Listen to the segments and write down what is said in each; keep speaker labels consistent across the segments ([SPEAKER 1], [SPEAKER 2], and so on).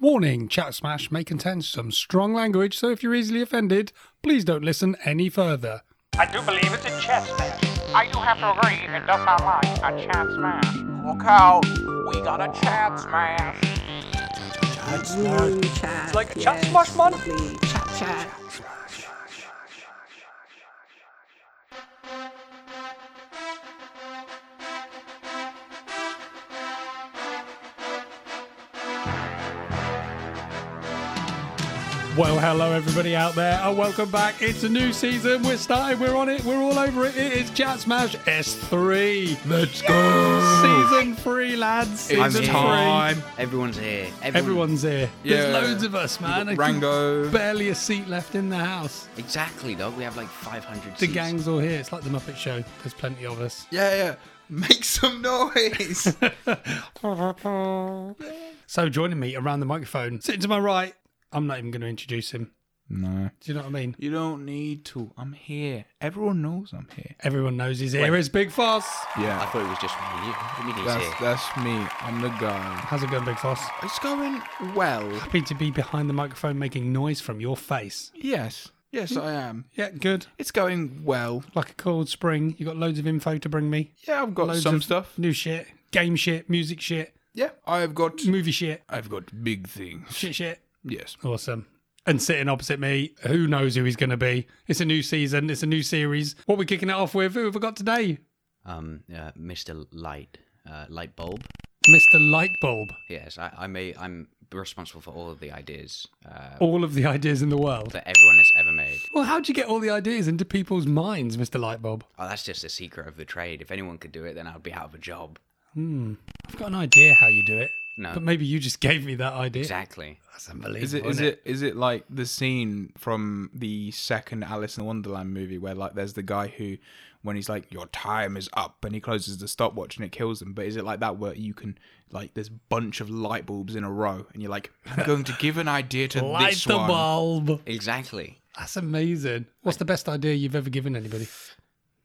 [SPEAKER 1] Warning Chat Smash may contain some strong language, so if you're easily offended, please don't listen any further.
[SPEAKER 2] I do believe it's a chess match. I do have to agree, it does sound like a chat smash. Look out, we got a chat smash.
[SPEAKER 3] Ooh, chat.
[SPEAKER 2] Like a chat
[SPEAKER 3] yes,
[SPEAKER 2] smash, man.
[SPEAKER 3] Lovely. Chat, chat.
[SPEAKER 1] Well, hello everybody out there, and welcome back. It's a new season. We're starting. We're on it. We're all over it. It is Chat Smash S3. Let's go. Season three, lads.
[SPEAKER 4] I'm
[SPEAKER 1] Season
[SPEAKER 4] here.
[SPEAKER 1] three.
[SPEAKER 4] Everyone's here. Everyone.
[SPEAKER 1] Everyone's here. There's
[SPEAKER 4] Yeah.
[SPEAKER 1] loads of us, man.
[SPEAKER 4] You've got Rango.
[SPEAKER 1] Barely a seat left in the house.
[SPEAKER 4] Exactly, dog. We have like 500
[SPEAKER 1] The
[SPEAKER 4] seats.
[SPEAKER 1] gang's all here. It's like the Muppet Show. There's plenty of us.
[SPEAKER 4] Yeah, yeah. Make some noise.
[SPEAKER 1] So joining me around the microphone, sitting to my right, I'm not even going to introduce him.
[SPEAKER 4] no.
[SPEAKER 1] Do you know what I mean?
[SPEAKER 4] You don't need to. I'm here. Everyone knows I'm here.
[SPEAKER 1] Everyone knows he's here. It's Big Foss.
[SPEAKER 4] Yeah.
[SPEAKER 5] Ah, thought it was just me. What do you mean he's
[SPEAKER 4] That's, that's me. I'm the guy.
[SPEAKER 1] How's it going, Big Foss?
[SPEAKER 4] It's going well.
[SPEAKER 1] Happy to be behind the microphone making noise from your face.
[SPEAKER 4] Yes. Yes, I am.
[SPEAKER 1] Yeah, good.
[SPEAKER 4] It's going well.
[SPEAKER 1] Like a cold spring. You got loads of info to bring me.
[SPEAKER 4] Yeah, I've got
[SPEAKER 1] Loads
[SPEAKER 4] some
[SPEAKER 1] of
[SPEAKER 4] stuff.
[SPEAKER 1] New shit. Game shit. Music shit.
[SPEAKER 4] Yeah, I've got.
[SPEAKER 1] Movie shit.
[SPEAKER 4] I've got big things.
[SPEAKER 1] Shit shit.
[SPEAKER 4] Yes.
[SPEAKER 1] Awesome. And sitting opposite me, who knows who he's going to be? It's a new season. It's a new series. What are we kicking it off with? Who have we got today?
[SPEAKER 5] Um, uh, Mr. Light, uh, Light Bulb.
[SPEAKER 1] Mr. Lightbulb.
[SPEAKER 5] Yes, I, I may, I'm responsible for all of the ideas uh,
[SPEAKER 1] All of the ideas in the world.
[SPEAKER 5] that everyone has ever made.
[SPEAKER 1] Well, how'd you get all the ideas into people's minds, Mr. Lightbulb?
[SPEAKER 5] Oh, that's just a secret of the trade. If anyone could do it, then I'd be out of a job.
[SPEAKER 1] I've got an idea how you do it.
[SPEAKER 5] No.
[SPEAKER 1] But maybe you just gave me that idea.
[SPEAKER 5] Exactly.
[SPEAKER 1] That's unbelievable.
[SPEAKER 4] Is it is it is it like the scene from the second Alice in Wonderland movie where like there's the guy who when he's like your time is up and he closes the stopwatch and it kills him but is it like that where you can like there's bunch of light bulbs in a row and you're like I'm going to give an idea to
[SPEAKER 1] Light
[SPEAKER 4] this
[SPEAKER 1] the
[SPEAKER 4] one.
[SPEAKER 1] bulb.
[SPEAKER 5] Exactly.
[SPEAKER 1] That's amazing. What's the best idea you've ever given anybody?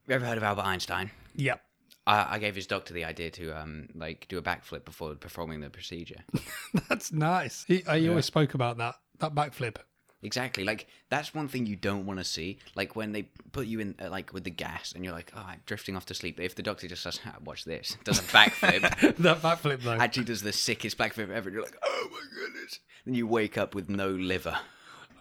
[SPEAKER 5] You ever heard of Albert Einstein?
[SPEAKER 1] Yep.
[SPEAKER 5] I, I gave his doctor the idea to um, like do a backflip before performing the procedure.
[SPEAKER 1] That's nice. He, I always spoke about that. That backflip.
[SPEAKER 5] Exactly. Like that's one thing you don't want to see. Like when they put you in, uh, like with the gas, and you're like, "Oh, I'm drifting off to sleep." If the doctor just says, "Ha, "Watch this," does a backflip,
[SPEAKER 1] that backflip, though.
[SPEAKER 5] actually does the sickest backflip ever, and you're like, "Oh my goodness!" Then you wake up with no liver,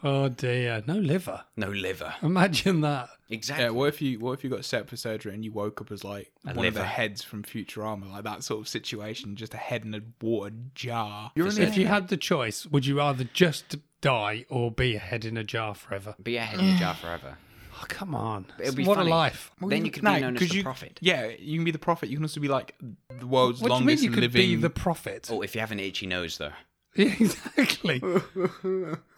[SPEAKER 1] Oh, dear. No liver.
[SPEAKER 5] no liver.
[SPEAKER 1] Imagine that.
[SPEAKER 5] Exactly.
[SPEAKER 4] Yeah, what if you what if you got set for surgery and you woke up as like one of the
[SPEAKER 5] liver.
[SPEAKER 4] heads from Futurama, like that sort of situation, just a head in a water jar.
[SPEAKER 1] If you had the choice, would you rather just die or be a head in a jar forever?
[SPEAKER 5] Be a head in a jar forever.
[SPEAKER 1] Oh, come on.
[SPEAKER 5] It'll be
[SPEAKER 1] what
[SPEAKER 5] funny.
[SPEAKER 1] a life.
[SPEAKER 5] Then you could
[SPEAKER 4] No,
[SPEAKER 5] be known as
[SPEAKER 4] 'cause
[SPEAKER 5] the
[SPEAKER 4] you,
[SPEAKER 5] prophet.
[SPEAKER 4] Yeah, you can be the prophet. You can also be like the world's
[SPEAKER 1] What do you mean
[SPEAKER 4] longest
[SPEAKER 1] you could
[SPEAKER 4] living.
[SPEAKER 1] be the prophet?
[SPEAKER 5] Oh, if you have an itchy nose, though.
[SPEAKER 1] Yeah, exactly.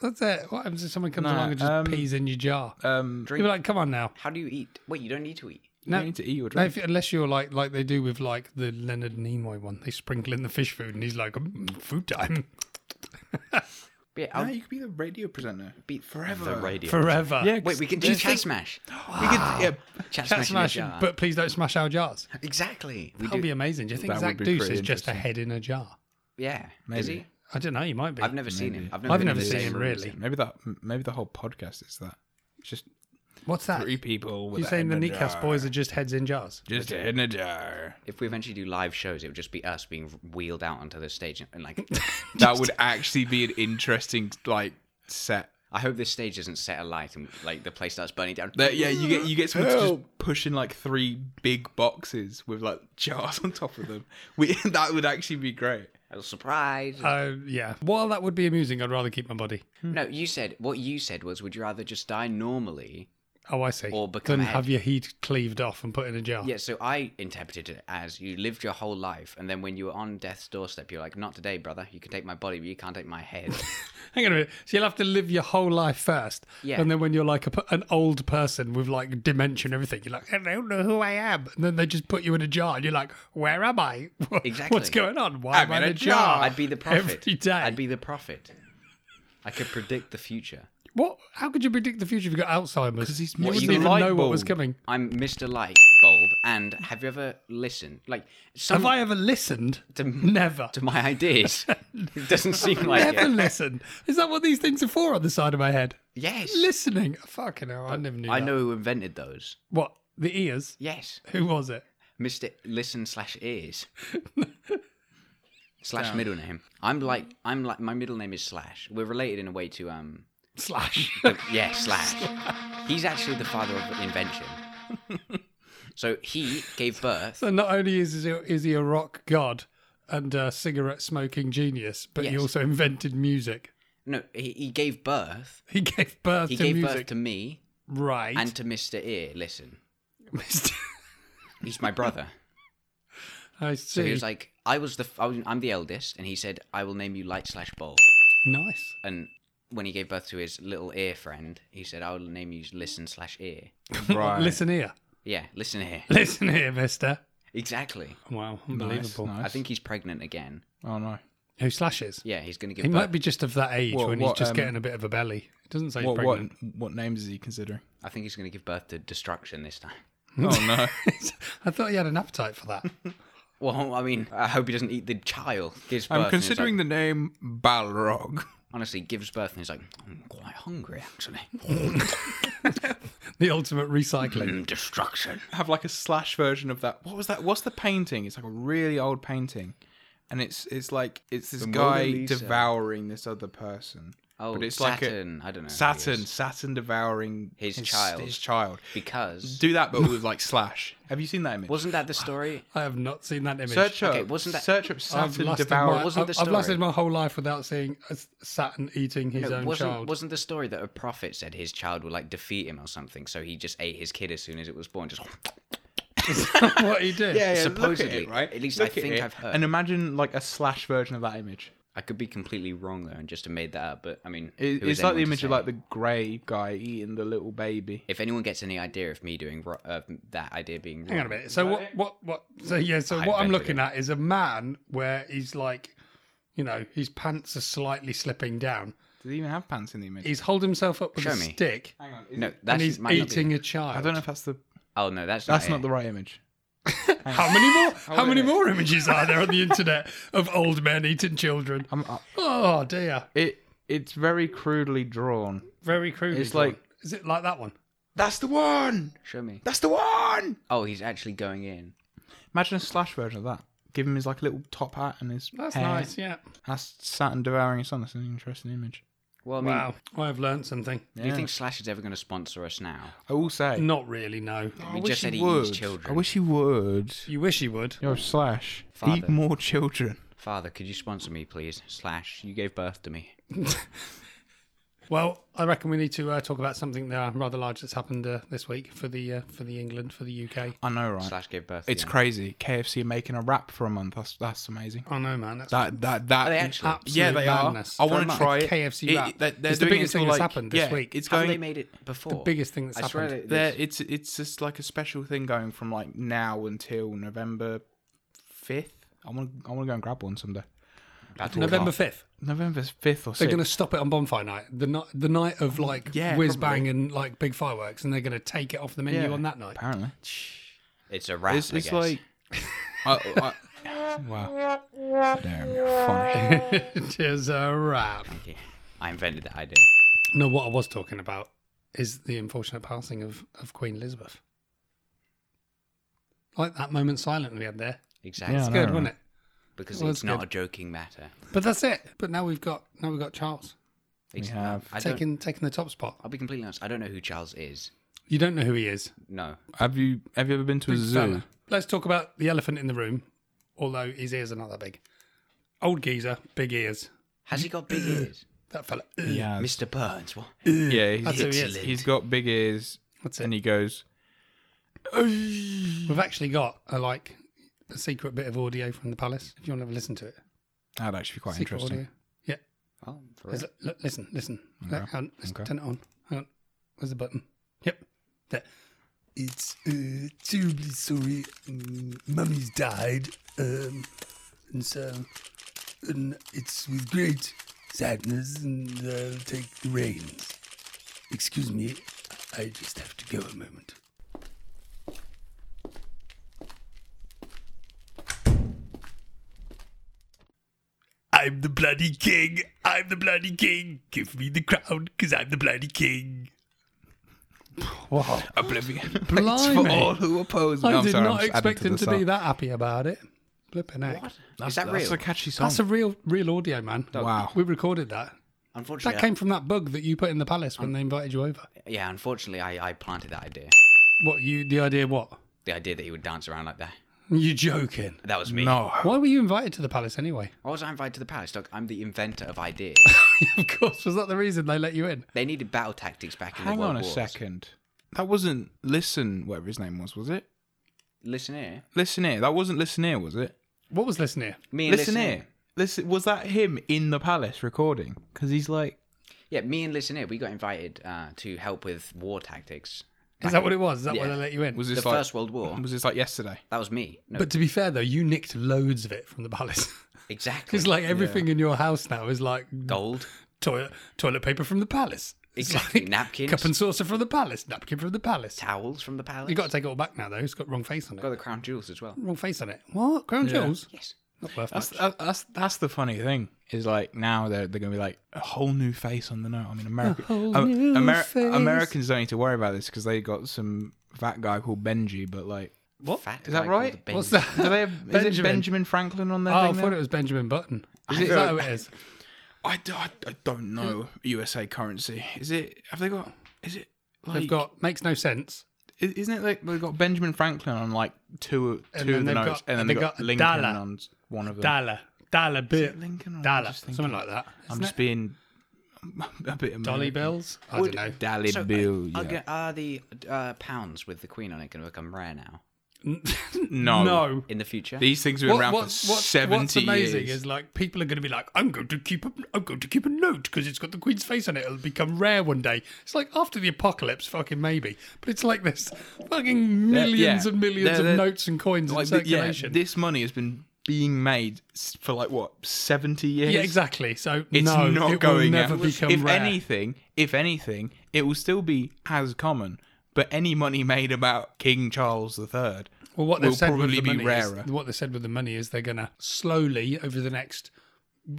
[SPEAKER 1] That's it. What happens if someone comes
[SPEAKER 4] Nah,
[SPEAKER 1] along and just
[SPEAKER 4] um,
[SPEAKER 1] pees in your jar?
[SPEAKER 4] um,
[SPEAKER 1] You're like, come on now.
[SPEAKER 5] How do you eat? Wait, you don't need to eat.
[SPEAKER 4] You don't need to eat or
[SPEAKER 1] No,
[SPEAKER 4] drink.
[SPEAKER 1] if, unless you're like like they do with like the Leonard Nimoy one, they sprinkle in the fish food, and he's like, mm, food time
[SPEAKER 5] But yeah, I'll
[SPEAKER 4] you could be the radio presenter.
[SPEAKER 5] be forever the radio.
[SPEAKER 1] forever. Yeah,
[SPEAKER 5] Wait, we can do chat smash.
[SPEAKER 4] We could, yeah,
[SPEAKER 1] Chat
[SPEAKER 5] Chat smash, in a
[SPEAKER 1] smash,
[SPEAKER 5] jar.
[SPEAKER 1] but please don't smash our jars.
[SPEAKER 5] exactly. We
[SPEAKER 1] That would
[SPEAKER 5] do.
[SPEAKER 1] be amazing. Do you think
[SPEAKER 4] That would
[SPEAKER 1] Zach
[SPEAKER 4] be
[SPEAKER 1] Deuce
[SPEAKER 4] pretty
[SPEAKER 1] is just a head in a jar?
[SPEAKER 5] Yeah. Is
[SPEAKER 4] Maybe.
[SPEAKER 5] he?
[SPEAKER 1] I don't know. You might be.
[SPEAKER 5] I've never seen him. I've never,
[SPEAKER 1] I've
[SPEAKER 5] been in
[SPEAKER 1] never
[SPEAKER 5] the
[SPEAKER 1] seen
[SPEAKER 5] same
[SPEAKER 1] him,
[SPEAKER 5] room as
[SPEAKER 1] really.
[SPEAKER 5] him.
[SPEAKER 4] maybe that. Maybe the whole podcast is that. It's just
[SPEAKER 1] What's that?
[SPEAKER 4] three people. With
[SPEAKER 1] Uh, You're
[SPEAKER 4] a
[SPEAKER 1] saying the
[SPEAKER 4] head in a
[SPEAKER 1] Kneecast
[SPEAKER 4] jar.
[SPEAKER 1] boys are just heads in jars?
[SPEAKER 4] Just a head in a jar.
[SPEAKER 5] If we eventually do live shows, it would just be us being wheeled out onto the stage and, and like.
[SPEAKER 4] That would actually be an interesting like set.
[SPEAKER 5] I hope this stage isn't set alight and like the place starts burning down.
[SPEAKER 4] That, yeah, you get you get someone to just pushing like three big boxes with like jars on top of them. We that would actually be great.
[SPEAKER 5] A little surprise.
[SPEAKER 1] Uh, yeah. While that would be amusing, I'd rather keep my body.
[SPEAKER 5] no, you said what you said was, would you rather just die normally?
[SPEAKER 1] Oh, I see.
[SPEAKER 5] Or become
[SPEAKER 1] Then
[SPEAKER 5] a head.
[SPEAKER 1] have your heat cleaved off and put in a jar.
[SPEAKER 5] Yeah. So I interpreted it as you lived your whole life, and then when you were on death's doorstep, you're like, not today, brother. You can take my body, but you can't take my head.
[SPEAKER 1] Hang on a minute. So you'll have to live your whole life first.
[SPEAKER 5] Yeah.
[SPEAKER 1] And then when you're like a, an old person with like dementia and everything, you're like, I don't know who I am. And then they just put you in a jar and you're like, where am I? What-
[SPEAKER 5] Exactly.
[SPEAKER 1] What's going on? Why
[SPEAKER 4] I'm
[SPEAKER 1] am I
[SPEAKER 4] in
[SPEAKER 1] in
[SPEAKER 4] a
[SPEAKER 1] a jar?
[SPEAKER 5] I'd be the prophet.
[SPEAKER 1] Every day.
[SPEAKER 5] I'd be the prophet. I could predict the future.
[SPEAKER 1] What? How could you predict the future if you got Alzheimer's? Because
[SPEAKER 4] he's
[SPEAKER 1] you
[SPEAKER 4] missing
[SPEAKER 1] wouldn't
[SPEAKER 4] the
[SPEAKER 1] even
[SPEAKER 4] light
[SPEAKER 1] know what was
[SPEAKER 4] bulb.
[SPEAKER 1] coming.
[SPEAKER 5] I'm Mr. Light. bulb. And have you ever listened? Like, some,
[SPEAKER 1] Have I ever listened?
[SPEAKER 5] To-
[SPEAKER 1] Never.
[SPEAKER 5] to my ideas? it doesn't seem like
[SPEAKER 1] Never
[SPEAKER 5] it.
[SPEAKER 1] listened. Is that what these things are for on the side of my head?
[SPEAKER 5] Yes,
[SPEAKER 1] Listening. Fucking hell, I never knew
[SPEAKER 5] I
[SPEAKER 1] that.
[SPEAKER 5] know who invented those.
[SPEAKER 1] What? The ears?
[SPEAKER 5] Yes,
[SPEAKER 1] Who was it?
[SPEAKER 5] Mister Listen slash Ears slash middle name. I'm like I'm like my middle name is Slash. We're related in a way to um
[SPEAKER 1] Slash.
[SPEAKER 5] Yeah, Slash. He's actually the father of invention. so he gave birth.
[SPEAKER 1] so not only is he, is he a rock god and a cigarette smoking genius, but he
[SPEAKER 5] Yes.
[SPEAKER 1] also invented music.
[SPEAKER 5] No, he, he gave birth.
[SPEAKER 1] He gave birth
[SPEAKER 5] He
[SPEAKER 1] to
[SPEAKER 5] gave
[SPEAKER 1] music.
[SPEAKER 5] birth to me
[SPEAKER 1] right.
[SPEAKER 5] and to Mr. Ear. Listen,
[SPEAKER 1] Mr.
[SPEAKER 5] he's my brother.
[SPEAKER 1] I
[SPEAKER 5] So he
[SPEAKER 1] see.
[SPEAKER 5] was like, I was the, I was, I'm the eldest, and he said, I will name you Light slash Bulb.
[SPEAKER 1] nice.
[SPEAKER 5] And when he gave birth to his little ear friend, he said, I will name you Listen slash Ear.
[SPEAKER 4] Right.
[SPEAKER 1] Listen here.
[SPEAKER 5] Yeah, listen here.
[SPEAKER 1] Listen here, mister.
[SPEAKER 5] Exactly.
[SPEAKER 1] Wow,
[SPEAKER 4] Nice,
[SPEAKER 1] unbelievable.
[SPEAKER 4] nice.
[SPEAKER 5] I think he's pregnant again.
[SPEAKER 4] Oh no.
[SPEAKER 1] Who slashes?
[SPEAKER 5] Yeah, he's gonna give
[SPEAKER 1] He
[SPEAKER 5] birth.
[SPEAKER 1] might be just of that age
[SPEAKER 4] What-
[SPEAKER 1] when
[SPEAKER 4] what,
[SPEAKER 1] he's just
[SPEAKER 4] um,
[SPEAKER 1] getting a bit of a belly. It doesn't say he's
[SPEAKER 4] What what
[SPEAKER 1] pregnant.
[SPEAKER 4] what names is he considering?
[SPEAKER 5] I think he's gonna give birth to destruction this time.
[SPEAKER 4] Oh no.
[SPEAKER 1] I thought he had an appetite for that.
[SPEAKER 5] Well, I mean, I hope he doesn't eat the child. Gives birth.
[SPEAKER 4] I'm considering the name Balrog.
[SPEAKER 5] the honestly gives birth and he's like, I'm quite hungry actually.
[SPEAKER 1] the ultimate recycling.
[SPEAKER 5] Destruction.
[SPEAKER 4] Have like a slash version of that. What was that? What's the painting? It's like a really old painting. And it's it's like it's this
[SPEAKER 5] The Mona
[SPEAKER 4] guy
[SPEAKER 5] Lisa.
[SPEAKER 4] devouring this other person.
[SPEAKER 5] Oh,
[SPEAKER 4] but it's like
[SPEAKER 5] Saturn. I I don't know.
[SPEAKER 4] a,
[SPEAKER 5] who he
[SPEAKER 4] Saturn,
[SPEAKER 5] is.
[SPEAKER 4] Saturn devouring
[SPEAKER 5] His child.
[SPEAKER 4] His child.
[SPEAKER 5] Because
[SPEAKER 4] Do that, but with like slash. Have you seen that image?
[SPEAKER 5] wasn't that the story?
[SPEAKER 1] I have not seen that image.
[SPEAKER 4] search up.
[SPEAKER 5] Okay, wasn't that-
[SPEAKER 4] search up
[SPEAKER 1] I've
[SPEAKER 4] Saturn
[SPEAKER 1] lasted,
[SPEAKER 4] devouring?
[SPEAKER 1] my,
[SPEAKER 5] Wasn't
[SPEAKER 1] I've,
[SPEAKER 5] the
[SPEAKER 1] I've lasted
[SPEAKER 5] story-
[SPEAKER 1] my whole life without seeing a s- Saturn eating his
[SPEAKER 5] No,
[SPEAKER 1] own
[SPEAKER 5] wasn't
[SPEAKER 1] child.
[SPEAKER 5] wasn't the story that a prophet said his child would like defeat him or something? So he just ate his kid as soon as it was born. Just
[SPEAKER 1] what he did.
[SPEAKER 4] yeah, yeah, look at
[SPEAKER 5] supposedly,
[SPEAKER 4] it, right?
[SPEAKER 5] at least I
[SPEAKER 4] Look at
[SPEAKER 5] think
[SPEAKER 4] it
[SPEAKER 5] I've heard.
[SPEAKER 4] And imagine like a slash version of that image.
[SPEAKER 5] I could be completely wrong there and just have made that up. But I mean,
[SPEAKER 4] It,
[SPEAKER 5] who is
[SPEAKER 4] it's like
[SPEAKER 5] anyone
[SPEAKER 4] the
[SPEAKER 5] to
[SPEAKER 4] image of
[SPEAKER 5] say?
[SPEAKER 4] like the grey guy eating the little baby.
[SPEAKER 5] If anyone gets any idea of me doing ro- of that idea being wrong,
[SPEAKER 1] Hang on a minute. So what? What? What? So yeah. So
[SPEAKER 5] I
[SPEAKER 1] what I'm
[SPEAKER 5] invented
[SPEAKER 1] looking at is a man where he's like, you know, his pants are slightly slipping down.
[SPEAKER 4] Does he even have pants in the image?
[SPEAKER 1] He's holding himself up with
[SPEAKER 5] Show
[SPEAKER 1] a
[SPEAKER 5] me.
[SPEAKER 1] stick,
[SPEAKER 4] Hang on.
[SPEAKER 5] no,
[SPEAKER 1] and
[SPEAKER 5] that's
[SPEAKER 1] he's
[SPEAKER 5] might not be-
[SPEAKER 1] eating a child.
[SPEAKER 4] I don't know if that's the.
[SPEAKER 5] Oh no, that's
[SPEAKER 4] That's
[SPEAKER 5] not,
[SPEAKER 4] not the right image.
[SPEAKER 1] How many more? How
[SPEAKER 4] wait
[SPEAKER 1] many
[SPEAKER 4] a minute.
[SPEAKER 1] more images are there on the internet of old men eating children?
[SPEAKER 4] I'm, I,
[SPEAKER 1] Oh dear,
[SPEAKER 4] it it's very crudely drawn.
[SPEAKER 1] very crudely.
[SPEAKER 4] It's
[SPEAKER 1] drawn.
[SPEAKER 4] like-
[SPEAKER 1] is it like that one?
[SPEAKER 4] That's the one.
[SPEAKER 5] Show me.
[SPEAKER 4] That's the one.
[SPEAKER 5] Oh, he's actually going in.
[SPEAKER 4] Imagine a slash version of that. Give him his like little top hat and his.
[SPEAKER 1] That's
[SPEAKER 4] hair.
[SPEAKER 1] nice. Yeah.
[SPEAKER 4] That's Saturn devouring his son. That's an interesting image.
[SPEAKER 5] Well, I mean,
[SPEAKER 1] Wow. I have learned something.
[SPEAKER 5] do you think Slash is ever going to sponsor us now?
[SPEAKER 4] I will say.
[SPEAKER 1] Not really. No.
[SPEAKER 4] I
[SPEAKER 5] We
[SPEAKER 4] wish
[SPEAKER 5] just said he
[SPEAKER 4] would.
[SPEAKER 5] eats children.
[SPEAKER 4] I wish he would.
[SPEAKER 1] You wish you would.
[SPEAKER 4] Yo, slash. Eat
[SPEAKER 5] Father.
[SPEAKER 4] more children.
[SPEAKER 5] Father, could you sponsor me, please? Slash, you gave birth to me.
[SPEAKER 1] Well, I reckon we need to uh, talk about something uh, rather large that's happened uh, this week for the uh, for the England for the UK.
[SPEAKER 4] I know, right?
[SPEAKER 5] Slash gave birth. To
[SPEAKER 4] It's
[SPEAKER 5] you.
[SPEAKER 4] crazy. KFC are making a wrap for a month. That's that's amazing.
[SPEAKER 1] Oh no, man! That's
[SPEAKER 4] That that that.
[SPEAKER 5] Are they actually?
[SPEAKER 1] absolute
[SPEAKER 4] yeah, they
[SPEAKER 1] madness.
[SPEAKER 4] are. I
[SPEAKER 1] For a
[SPEAKER 4] want to
[SPEAKER 1] month.
[SPEAKER 4] try it.
[SPEAKER 1] KFC
[SPEAKER 4] It-
[SPEAKER 1] wrap.
[SPEAKER 4] they- they're
[SPEAKER 1] it's the
[SPEAKER 4] doing it
[SPEAKER 1] biggest
[SPEAKER 4] till,
[SPEAKER 1] thing that's
[SPEAKER 4] like-
[SPEAKER 1] happened this
[SPEAKER 4] yeah,
[SPEAKER 1] week.
[SPEAKER 4] It's
[SPEAKER 5] Haven't
[SPEAKER 4] going.
[SPEAKER 5] they made it before?
[SPEAKER 1] biggest thing that's
[SPEAKER 5] I swear
[SPEAKER 1] happened.
[SPEAKER 5] that
[SPEAKER 4] There,
[SPEAKER 5] this-
[SPEAKER 4] it's it's just like a special thing going from like now until November fifth. I want I want to go and grab one someday.
[SPEAKER 5] That's all
[SPEAKER 1] November
[SPEAKER 5] off.
[SPEAKER 1] fifth.
[SPEAKER 4] November fifth or
[SPEAKER 1] They're going to
[SPEAKER 4] sixth.
[SPEAKER 1] stop it on bonfire night, the night the night of like
[SPEAKER 4] Yeah,
[SPEAKER 1] whiz
[SPEAKER 4] probably.
[SPEAKER 1] bang and like big fireworks, and they're going to take it off the menu
[SPEAKER 4] Yeah.
[SPEAKER 1] on that night.
[SPEAKER 4] Apparently,
[SPEAKER 5] It's a wrap.
[SPEAKER 4] it's,
[SPEAKER 5] I
[SPEAKER 4] it's
[SPEAKER 5] guess.
[SPEAKER 4] like. I, I, wow. Damn, you're funny.
[SPEAKER 1] it is a wrap.
[SPEAKER 5] Thank you. I invented that idea.
[SPEAKER 1] No, what I was talking about is the unfortunate passing of of Queen Elizabeth. Like that moment silent we had there.
[SPEAKER 5] Exactly.
[SPEAKER 4] Yeah.
[SPEAKER 1] It's
[SPEAKER 4] I
[SPEAKER 1] good,
[SPEAKER 4] know,
[SPEAKER 1] wasn't
[SPEAKER 4] right?
[SPEAKER 1] it?
[SPEAKER 5] Because
[SPEAKER 1] Well,
[SPEAKER 5] it's
[SPEAKER 1] that's
[SPEAKER 5] not
[SPEAKER 1] good.
[SPEAKER 5] a joking matter.
[SPEAKER 1] But that's it. But now we've got now we've got Charles
[SPEAKER 5] It's,
[SPEAKER 4] have-
[SPEAKER 5] I don't,
[SPEAKER 1] taking taking the top spot.
[SPEAKER 5] I'll be completely honest. I don't know who Charles is.
[SPEAKER 1] You don't know who he is.
[SPEAKER 5] No.
[SPEAKER 4] Have you have you ever been to a zoo?
[SPEAKER 1] Fella. Let's talk about the elephant in the room. Although his ears are not that big. Old geezer, big ears.
[SPEAKER 5] Has he got big ears?
[SPEAKER 1] That fella.
[SPEAKER 4] Yeah,
[SPEAKER 5] Mr. Burns, what?
[SPEAKER 4] yeah. He's,
[SPEAKER 1] That's who he is.
[SPEAKER 4] he's got big ears,
[SPEAKER 1] That's it.
[SPEAKER 4] and he goes.
[SPEAKER 1] We've actually got a like a secret bit of audio from the palace. If you want to have a listen to it.
[SPEAKER 4] That'd actually be quite
[SPEAKER 1] Secret
[SPEAKER 4] interesting.
[SPEAKER 1] audio. Yeah.
[SPEAKER 5] Oh, for
[SPEAKER 1] There's
[SPEAKER 5] real.
[SPEAKER 1] a- look, listen, listen. Look, hang on, let's Turn it on. Hang on. Where's the button? Yep. There.
[SPEAKER 6] It's uh, terribly sorry. um, Mummy's died. Um, and so and it's with great sadness and I'll take the reins. Excuse me, I just have to go a moment. I'm the bloody king. I'm the bloody king. Give me the crown, because I'm the bloody king.
[SPEAKER 1] Wow.
[SPEAKER 4] Oblivion. for
[SPEAKER 1] Blimey.
[SPEAKER 4] all who oppose me.
[SPEAKER 1] I
[SPEAKER 4] I'm
[SPEAKER 1] did
[SPEAKER 4] sorry, I'm
[SPEAKER 1] not
[SPEAKER 4] just adding
[SPEAKER 1] expect him
[SPEAKER 4] the
[SPEAKER 1] to
[SPEAKER 4] song.
[SPEAKER 1] be that happy about it. Flipping heck.
[SPEAKER 5] Is that
[SPEAKER 4] That's
[SPEAKER 5] real?
[SPEAKER 4] a catchy song.
[SPEAKER 1] That's a real, real audio, man.
[SPEAKER 4] Wow.
[SPEAKER 1] We recorded that. That
[SPEAKER 5] Unfortunately,
[SPEAKER 1] came from that bug that you put in the palace
[SPEAKER 4] Mm.
[SPEAKER 1] when they invited you over.
[SPEAKER 5] I- yeah. Unfortunately, I, I planted that idea.
[SPEAKER 1] What, you, the idea what?
[SPEAKER 5] The idea that he would dance around like that.
[SPEAKER 1] You're joking.
[SPEAKER 5] That was me.
[SPEAKER 4] no.
[SPEAKER 1] Why were you invited to the palace anyway?
[SPEAKER 5] Why was I invited to the palace, Doc? I'm the inventor of ideas.
[SPEAKER 1] of course, was that the reason they let you in?
[SPEAKER 5] they needed battle tactics back in the
[SPEAKER 4] Hang
[SPEAKER 5] World
[SPEAKER 4] on a
[SPEAKER 5] Wars.
[SPEAKER 4] second. That wasn't listen. Whatever his name was, was it?
[SPEAKER 5] Listen here.
[SPEAKER 4] Listen here. That wasn't listen here, was it?
[SPEAKER 1] What was listening here?
[SPEAKER 5] Me and
[SPEAKER 4] Listen here. Listen. Was that him in the palace recording? Because he's like,
[SPEAKER 5] Yeah, me and Listen here. We got invited uh, to help with war tactics.
[SPEAKER 1] Is that what it was? Is that why
[SPEAKER 5] Yeah.
[SPEAKER 1] they let you in?
[SPEAKER 4] was this
[SPEAKER 5] The
[SPEAKER 4] like
[SPEAKER 5] First World War.
[SPEAKER 4] Was this like yesterday?
[SPEAKER 5] That was me. No,
[SPEAKER 1] But to be fair, though, you nicked loads of it from the palace.
[SPEAKER 5] exactly.
[SPEAKER 1] It's like everything in your house now is like
[SPEAKER 5] gold.
[SPEAKER 1] toilet toilet paper from the palace. It's
[SPEAKER 5] Exactly.
[SPEAKER 1] like
[SPEAKER 5] Napkins.
[SPEAKER 1] cup and saucer from the palace, napkin from the palace.
[SPEAKER 5] Towels from the palace.
[SPEAKER 1] You got to take it all back now, though. It's got wrong face on it.
[SPEAKER 5] Got the crown jewels as well.
[SPEAKER 1] Wrong face on it. What crown jewels?
[SPEAKER 5] Yes.
[SPEAKER 1] Not worth
[SPEAKER 4] That's
[SPEAKER 1] much.
[SPEAKER 4] that, that's that's the funny thing is like now they're they're gonna be like a whole new face on the note. I mean, America,
[SPEAKER 1] whole
[SPEAKER 4] Am-
[SPEAKER 1] new
[SPEAKER 4] Ameri-
[SPEAKER 1] face.
[SPEAKER 4] Americans don't need to worry about this because they got some fat guy called Benji. But like,
[SPEAKER 5] What? Fat
[SPEAKER 4] is that
[SPEAKER 5] guy
[SPEAKER 4] right?
[SPEAKER 5] called the
[SPEAKER 1] What's
[SPEAKER 5] Benz.
[SPEAKER 1] that?
[SPEAKER 4] do they have, Benjamin. Is it Benjamin Franklin on their
[SPEAKER 1] Oh, I
[SPEAKER 4] thing?
[SPEAKER 1] thought
[SPEAKER 4] now?
[SPEAKER 1] it was Benjamin Button. Is,
[SPEAKER 4] it-
[SPEAKER 1] that who it is?
[SPEAKER 4] I, d- I d- I don't know USA currency. Is it? Have they got? Is it? Like,
[SPEAKER 1] They've got makes no sense.
[SPEAKER 4] i- Isn't it like they've got Benjamin Franklin on like two
[SPEAKER 1] And then
[SPEAKER 4] two of the
[SPEAKER 1] they've
[SPEAKER 4] notes,
[SPEAKER 1] got-
[SPEAKER 4] and then
[SPEAKER 1] they
[SPEAKER 4] they got,
[SPEAKER 1] got a
[SPEAKER 4] Lincoln
[SPEAKER 1] dollar.
[SPEAKER 4] on s- one of them.
[SPEAKER 1] Dollar, dollar bit,
[SPEAKER 4] Lincoln or am I
[SPEAKER 1] dollar,
[SPEAKER 4] just thinking-
[SPEAKER 1] something like that.
[SPEAKER 4] I'm
[SPEAKER 1] isn't
[SPEAKER 4] just
[SPEAKER 1] it?
[SPEAKER 4] being a bit American.
[SPEAKER 1] dolly bills. I don't know.
[SPEAKER 4] Dolly
[SPEAKER 5] So, uh,
[SPEAKER 4] Bill.
[SPEAKER 5] Are,
[SPEAKER 4] yeah.
[SPEAKER 5] g- are the uh, pounds with the queen on it going to become rare now
[SPEAKER 4] No.
[SPEAKER 1] No.
[SPEAKER 5] in the future?
[SPEAKER 4] These things have been
[SPEAKER 1] What,
[SPEAKER 4] around
[SPEAKER 1] what-
[SPEAKER 4] for
[SPEAKER 1] what-
[SPEAKER 4] 70
[SPEAKER 1] what's amazing
[SPEAKER 4] years.
[SPEAKER 1] is like people are going to be like, I'm going to keep a, I'm going to keep a note because it's got the Queen's face on it. It'll become rare one day. It's like after the apocalypse, fucking maybe. But it's like this, fucking
[SPEAKER 4] Yeah,
[SPEAKER 1] millions
[SPEAKER 4] yeah.
[SPEAKER 1] and 1000000s
[SPEAKER 4] They're- they're-
[SPEAKER 1] of notes and coins in
[SPEAKER 4] like, th- yeah,
[SPEAKER 1] circulation. Yeah,
[SPEAKER 4] this money has been being made s- for like what 70 years.
[SPEAKER 1] exactly. So
[SPEAKER 4] It's
[SPEAKER 1] no,
[SPEAKER 4] not
[SPEAKER 1] it
[SPEAKER 4] going
[SPEAKER 1] will never
[SPEAKER 4] out.
[SPEAKER 1] become
[SPEAKER 4] if
[SPEAKER 1] rare.
[SPEAKER 4] anything, if anything, it will still be as common. But any money made about King Charles III
[SPEAKER 1] well, what they've
[SPEAKER 4] will
[SPEAKER 1] said with
[SPEAKER 4] probably
[SPEAKER 1] the
[SPEAKER 4] be
[SPEAKER 1] money
[SPEAKER 4] rarer.
[SPEAKER 1] Is, what they said with the money is they're going to slowly over the next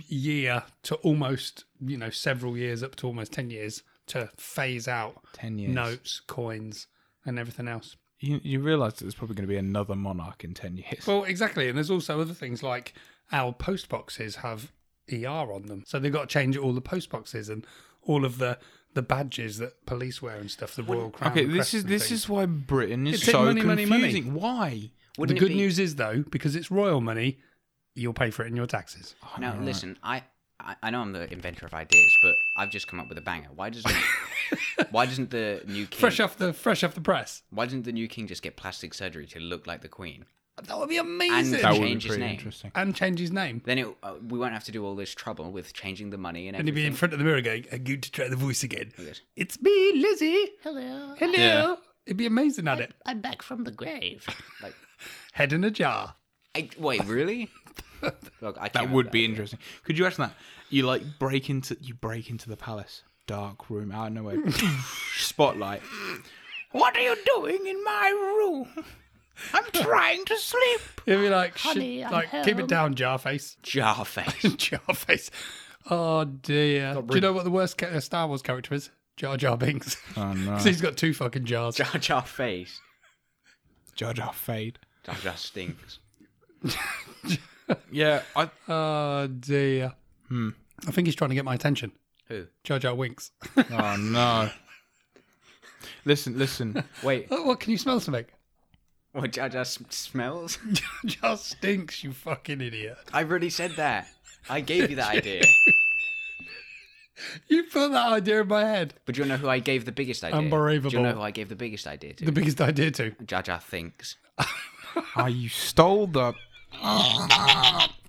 [SPEAKER 1] year to almost you know several years up to almost ten years to phase out
[SPEAKER 4] 10 years.
[SPEAKER 1] notes, coins, and everything else.
[SPEAKER 4] You, you realise that there's probably going to be another monarch in 10 years.
[SPEAKER 1] Well, exactly. And there's also other things like our post boxes have ER on them. So they've got to change all the post boxes and all of the, the badges that police wear and stuff, the Royal Crown.
[SPEAKER 4] okay,
[SPEAKER 1] and
[SPEAKER 4] this
[SPEAKER 1] crests
[SPEAKER 4] is
[SPEAKER 1] and
[SPEAKER 4] this
[SPEAKER 1] things.
[SPEAKER 4] is why Britain is
[SPEAKER 1] It's in
[SPEAKER 4] so
[SPEAKER 1] money, money, money.
[SPEAKER 4] confusing. Why?
[SPEAKER 1] The
[SPEAKER 5] Wouldn't it
[SPEAKER 1] good
[SPEAKER 5] be-
[SPEAKER 1] news is, though, because it's royal money, you'll pay for it in your taxes.
[SPEAKER 5] Now listen, I, I I know I'm the inventor of ideas, but I've just come up with a banger. Why doesn't Why doesn't the new king
[SPEAKER 1] Fresh off the fresh off the press.
[SPEAKER 5] Why doesn't the new king just get plastic surgery to look like the queen
[SPEAKER 1] That would be
[SPEAKER 5] and
[SPEAKER 1] amazing.
[SPEAKER 4] That
[SPEAKER 1] And,
[SPEAKER 4] would be
[SPEAKER 5] change his
[SPEAKER 4] pretty
[SPEAKER 5] name?
[SPEAKER 4] interesting.
[SPEAKER 1] change his name.
[SPEAKER 5] Then it, uh, we won't have to do all this trouble with changing the money and
[SPEAKER 1] And he'd
[SPEAKER 5] everything.
[SPEAKER 1] be Oh, in front of the mirror going, I'm going to try the voice again.
[SPEAKER 5] Yes.
[SPEAKER 1] It's me, Lizzie.
[SPEAKER 7] Hello,
[SPEAKER 1] Hello.
[SPEAKER 4] Yeah.
[SPEAKER 1] It'd be amazing at it.
[SPEAKER 7] I'm back from the grave.
[SPEAKER 5] like,
[SPEAKER 1] Head in a jar.
[SPEAKER 5] I, wait, really? Look, I
[SPEAKER 4] That
[SPEAKER 5] came up
[SPEAKER 4] would
[SPEAKER 5] with
[SPEAKER 4] be
[SPEAKER 5] idea.
[SPEAKER 4] interesting. Could you imagine that? You like break into you break into the palace, dark room out of nowhere, spotlight. What are you doing in my room? I'm trying to sleep.
[SPEAKER 1] It'd be like, sh-
[SPEAKER 7] Honey, I'm
[SPEAKER 1] like keep it
[SPEAKER 7] home.
[SPEAKER 1] down, Jarface.
[SPEAKER 5] Jarface.
[SPEAKER 1] Jar face. Oh dear. Do you know what the worst ca- uh, Star Wars character is? Jar Jar Binks.
[SPEAKER 4] Oh no,
[SPEAKER 1] 'Cause he's got two fucking jars.
[SPEAKER 5] Jar Jar face.
[SPEAKER 4] Jar Jar fade.
[SPEAKER 5] Jar Jar stinks.
[SPEAKER 4] Yeah, I,
[SPEAKER 1] Oh dear. Hmm. I think he's trying to get my attention.
[SPEAKER 5] Who?
[SPEAKER 1] Jar Jar winks.
[SPEAKER 4] oh no. Listen, listen.
[SPEAKER 5] Wait,
[SPEAKER 1] oh, what can you smell something?
[SPEAKER 5] what Jar Jar sm- smells?
[SPEAKER 1] Jar Jar stinks, you fucking idiot.
[SPEAKER 5] I already said that. I gave you that idea.
[SPEAKER 1] You put that idea in my head.
[SPEAKER 5] But do you know who I gave the biggest idea? Do
[SPEAKER 1] Unbelievable.
[SPEAKER 5] you know who I gave the biggest idea to?
[SPEAKER 1] The biggest idea too.
[SPEAKER 5] Jar Jar thinks.
[SPEAKER 4] Oh, you stole the.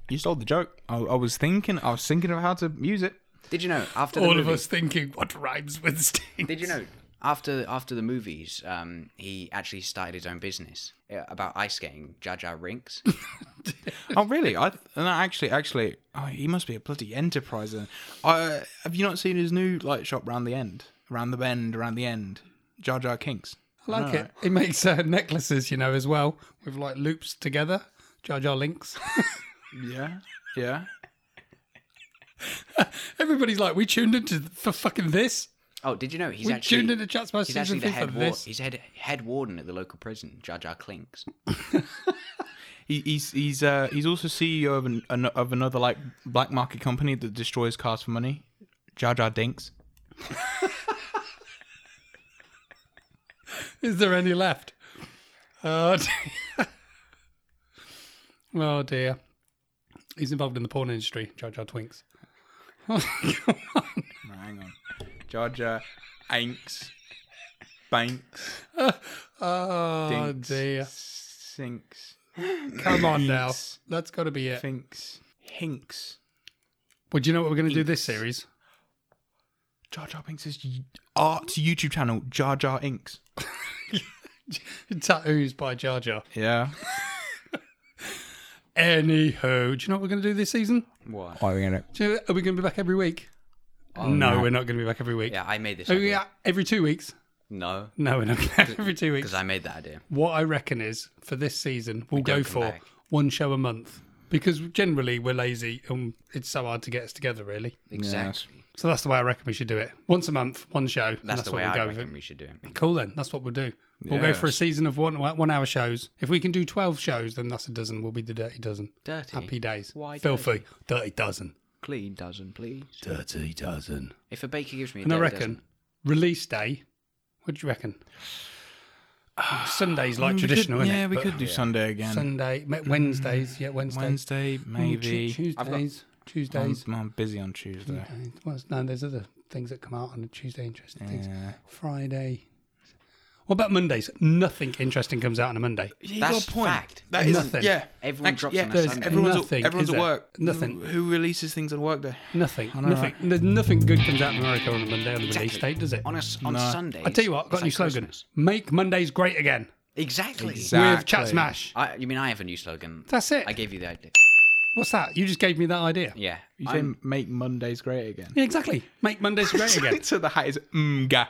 [SPEAKER 4] You stole the joke. I, I was thinking. I was thinking of how to use it.
[SPEAKER 5] Did you know after the
[SPEAKER 1] All of
[SPEAKER 5] movie,
[SPEAKER 1] us thinking what rhymes with stinks.
[SPEAKER 5] Did you know after after the movies, um, he actually started his own business uh, about ice skating. Jar Jar Rinks.
[SPEAKER 4] Oh really? I no, actually, actually, oh, he must be a bloody enterpriser. Uh, have you not seen his new light shop round the end, round the bend, round the end? Jar Jar Kinks.
[SPEAKER 1] I like it. He makes uh, necklaces, you know, as well, with like loops together. Jar Jar links.
[SPEAKER 4] Yeah, yeah.
[SPEAKER 1] Everybody's like, we tuned into th- for fucking this.
[SPEAKER 5] Oh, did you know he's
[SPEAKER 1] we
[SPEAKER 5] actually
[SPEAKER 1] tuned into Chat Spice
[SPEAKER 5] he's
[SPEAKER 1] season
[SPEAKER 5] actually the
[SPEAKER 1] three for
[SPEAKER 5] head war-
[SPEAKER 1] this.
[SPEAKER 5] he's head head warden at the local prison, Jar Jar Clinks.
[SPEAKER 4] He, he's he's uh, he's also CEO of an, an of another like black market company that destroys cars for money. Jar Jar Dinks.
[SPEAKER 1] Is there any left? Oh dear. oh dear. He's involved in the porn industry, Jar Jar Twinks.
[SPEAKER 4] No, hang on, Jar Jar Anks Banks
[SPEAKER 1] Oh
[SPEAKER 4] Dinks
[SPEAKER 1] dear.
[SPEAKER 4] Sinks
[SPEAKER 1] Come on now.
[SPEAKER 4] Hinks.
[SPEAKER 1] That's got to be it.
[SPEAKER 4] Finks Hinks.
[SPEAKER 1] Well, do you know what we're going to do this series?
[SPEAKER 4] Jar Jar Binks' art YouTube channel, Jar Jar Inks.
[SPEAKER 1] Tattoos by Jar Jar.
[SPEAKER 4] Yeah.
[SPEAKER 1] Anywho, do you know what we're going to do this season?
[SPEAKER 5] What?
[SPEAKER 4] Why are we gonna?
[SPEAKER 1] Do you know, are we going to be back every week? Oh, no, we're not going to be back every week.
[SPEAKER 5] Yeah, I made this.
[SPEAKER 1] Oh,
[SPEAKER 5] idea.
[SPEAKER 1] yeah, every two weeks.
[SPEAKER 5] No,
[SPEAKER 1] No, we're not going to have every two weeks.
[SPEAKER 5] because I made that idea.
[SPEAKER 1] what I reckon is for this season, we'll
[SPEAKER 5] don't
[SPEAKER 1] go
[SPEAKER 5] come
[SPEAKER 1] for
[SPEAKER 5] back.
[SPEAKER 1] one show a month because generally we're lazy and it's so hard to get us together, really.
[SPEAKER 5] Exactly.
[SPEAKER 1] So that's the way I reckon we should do it. Once a month, one show. and
[SPEAKER 5] That's, the
[SPEAKER 1] what
[SPEAKER 5] way
[SPEAKER 1] we'll
[SPEAKER 5] I
[SPEAKER 1] go with
[SPEAKER 5] reckon
[SPEAKER 1] it.
[SPEAKER 5] we should do it.
[SPEAKER 1] Cool then. That's what we'll do. We'll go for a
[SPEAKER 4] Yes.
[SPEAKER 1] season of one one hour shows. If we can do twelve shows, then that's a dozen. We'll be the dirty dozen.
[SPEAKER 5] Dirty?
[SPEAKER 1] Happy days.
[SPEAKER 5] Why
[SPEAKER 1] Filthy. Dirty dozen.
[SPEAKER 5] Clean dozen, please.
[SPEAKER 6] Dirty dozen.
[SPEAKER 5] If a baker gives me, a
[SPEAKER 1] And I
[SPEAKER 5] dirty
[SPEAKER 1] reckon release day. What do you reckon? Sunday's like traditional,
[SPEAKER 4] Mm, we could,
[SPEAKER 1] isn't
[SPEAKER 4] yeah,
[SPEAKER 1] it?
[SPEAKER 4] we
[SPEAKER 1] But
[SPEAKER 4] could do Sunday again.
[SPEAKER 1] Sunday, me- Wednesdays, yeah, Wednesday.
[SPEAKER 4] Wednesday, maybe.
[SPEAKER 1] Tu- Tuesdays,
[SPEAKER 4] I'm,
[SPEAKER 1] Tuesdays.
[SPEAKER 4] I'm busy on Tuesday.
[SPEAKER 1] Uh, well, no, there's other things that come out on a Tuesday, interesting things. Friday. What about Mondays? Nothing interesting comes out on a Monday.
[SPEAKER 5] dozen. That's fact.
[SPEAKER 4] That
[SPEAKER 1] is- Nothing.
[SPEAKER 4] Yeah.
[SPEAKER 5] Everyone drops
[SPEAKER 4] yeah,
[SPEAKER 5] on a
[SPEAKER 1] There's
[SPEAKER 5] Sunday.
[SPEAKER 4] Everyone's,
[SPEAKER 1] nothing,
[SPEAKER 4] everyone's
[SPEAKER 1] is
[SPEAKER 4] at
[SPEAKER 1] there?
[SPEAKER 4] work.
[SPEAKER 1] Nothing.
[SPEAKER 4] Who, who releases things on work day?
[SPEAKER 1] Nothing.
[SPEAKER 4] I know,
[SPEAKER 1] nothing.
[SPEAKER 4] right?
[SPEAKER 1] There's nothing good comes out of America on a Monday on the release
[SPEAKER 5] Exactly.
[SPEAKER 1] date, does it?
[SPEAKER 5] On a s- on Sunday.
[SPEAKER 1] I tell you what, I've got a new slogan. Make Mondays great again.
[SPEAKER 5] Exactly.
[SPEAKER 1] With Chat Smash.
[SPEAKER 5] I, you mean I have a new slogan?
[SPEAKER 1] That's it.
[SPEAKER 5] I gave you the idea.
[SPEAKER 1] What's that? You just gave me that idea.
[SPEAKER 5] Yeah.
[SPEAKER 4] You say
[SPEAKER 5] I'm-
[SPEAKER 4] make Mondays great again.
[SPEAKER 1] Yeah, exactly. Make Mondays great again.
[SPEAKER 4] so the hat is mga.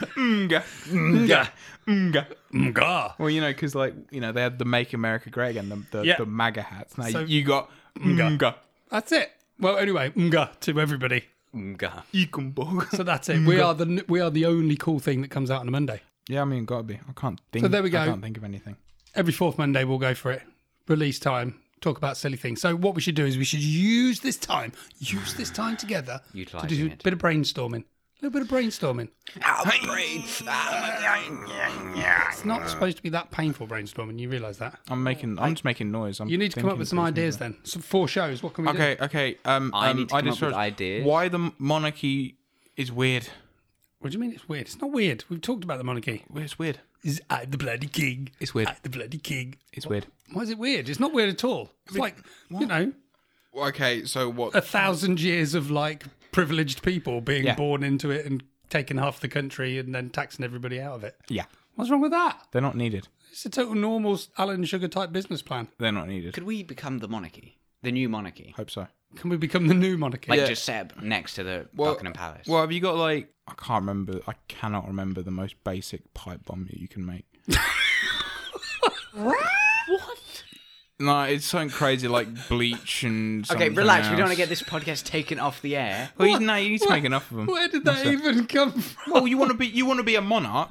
[SPEAKER 4] mga. Mga. Mga.
[SPEAKER 1] Mga.
[SPEAKER 4] Well, you know, because like you know, they had the Make America Great Again, the the,
[SPEAKER 1] Yeah.
[SPEAKER 4] the MAGA hats. Now
[SPEAKER 1] So-
[SPEAKER 4] you got mga
[SPEAKER 1] That's it. Well, anyway, mga to everybody.
[SPEAKER 5] Mga.
[SPEAKER 1] So
[SPEAKER 4] Ikumbo.
[SPEAKER 1] that's it. We are the we are the only cool thing that comes out on a Monday.
[SPEAKER 4] Yeah, I mean, gotta be. I can't think.
[SPEAKER 1] there we go.
[SPEAKER 4] I can't think of anything.
[SPEAKER 1] every fourth Monday we'll go for it. Release time, talk about silly things. So what we should do is we should use this time, use this time together to do
[SPEAKER 5] Utilising
[SPEAKER 1] a
[SPEAKER 5] it.
[SPEAKER 1] bit of brainstorming. A little bit of brainstorming. It's not supposed to be that painful brainstorming. You realise that.
[SPEAKER 4] I'm making. I'm just making noise. I'm
[SPEAKER 1] You need to come up
[SPEAKER 4] thinking
[SPEAKER 1] with some
[SPEAKER 4] things.
[SPEAKER 1] ideas then. Some four shows. What can we do?
[SPEAKER 4] Okay, okay. Um,
[SPEAKER 5] I
[SPEAKER 4] um,
[SPEAKER 5] need to come
[SPEAKER 4] just
[SPEAKER 5] up with
[SPEAKER 4] realised
[SPEAKER 5] ideas.
[SPEAKER 4] Why the monarchy is weird?
[SPEAKER 1] What do you mean it's weird? It's not weird. We've talked about the monarchy.
[SPEAKER 4] It's weird.
[SPEAKER 1] Is I the bloody king?
[SPEAKER 4] It's weird.
[SPEAKER 1] I the bloody king?
[SPEAKER 4] It's weird.
[SPEAKER 1] Why is it weird? It's not weird at all. It's like you know
[SPEAKER 4] Okay, so what?
[SPEAKER 1] a thousand years of like privileged people being
[SPEAKER 4] Yeah.
[SPEAKER 1] born into it and taking half the country and then taxing everybody out of it.
[SPEAKER 4] yeah,
[SPEAKER 1] What's wrong with that?
[SPEAKER 4] they're not needed.
[SPEAKER 1] It's a total normal Alan Sugar type business plan.
[SPEAKER 4] They're not needed.
[SPEAKER 5] Could we become the monarchy? The new monarchy?
[SPEAKER 4] Hope so.
[SPEAKER 1] Can we become the new monarchy?
[SPEAKER 5] Like just set up next to the Buckingham Palace.
[SPEAKER 4] Well, have you got like? I can't remember. I cannot remember the most basic pipe bomb that you can make. what? No, it's something crazy like bleach and.
[SPEAKER 5] okay,
[SPEAKER 4] something
[SPEAKER 5] relax. We don't want to
[SPEAKER 4] else.
[SPEAKER 5] get this podcast taken off the air.
[SPEAKER 4] Well, you, no, you need to make enough of them.
[SPEAKER 1] Where did that even come from?
[SPEAKER 4] Oh, you want to be? You want to be a monarch?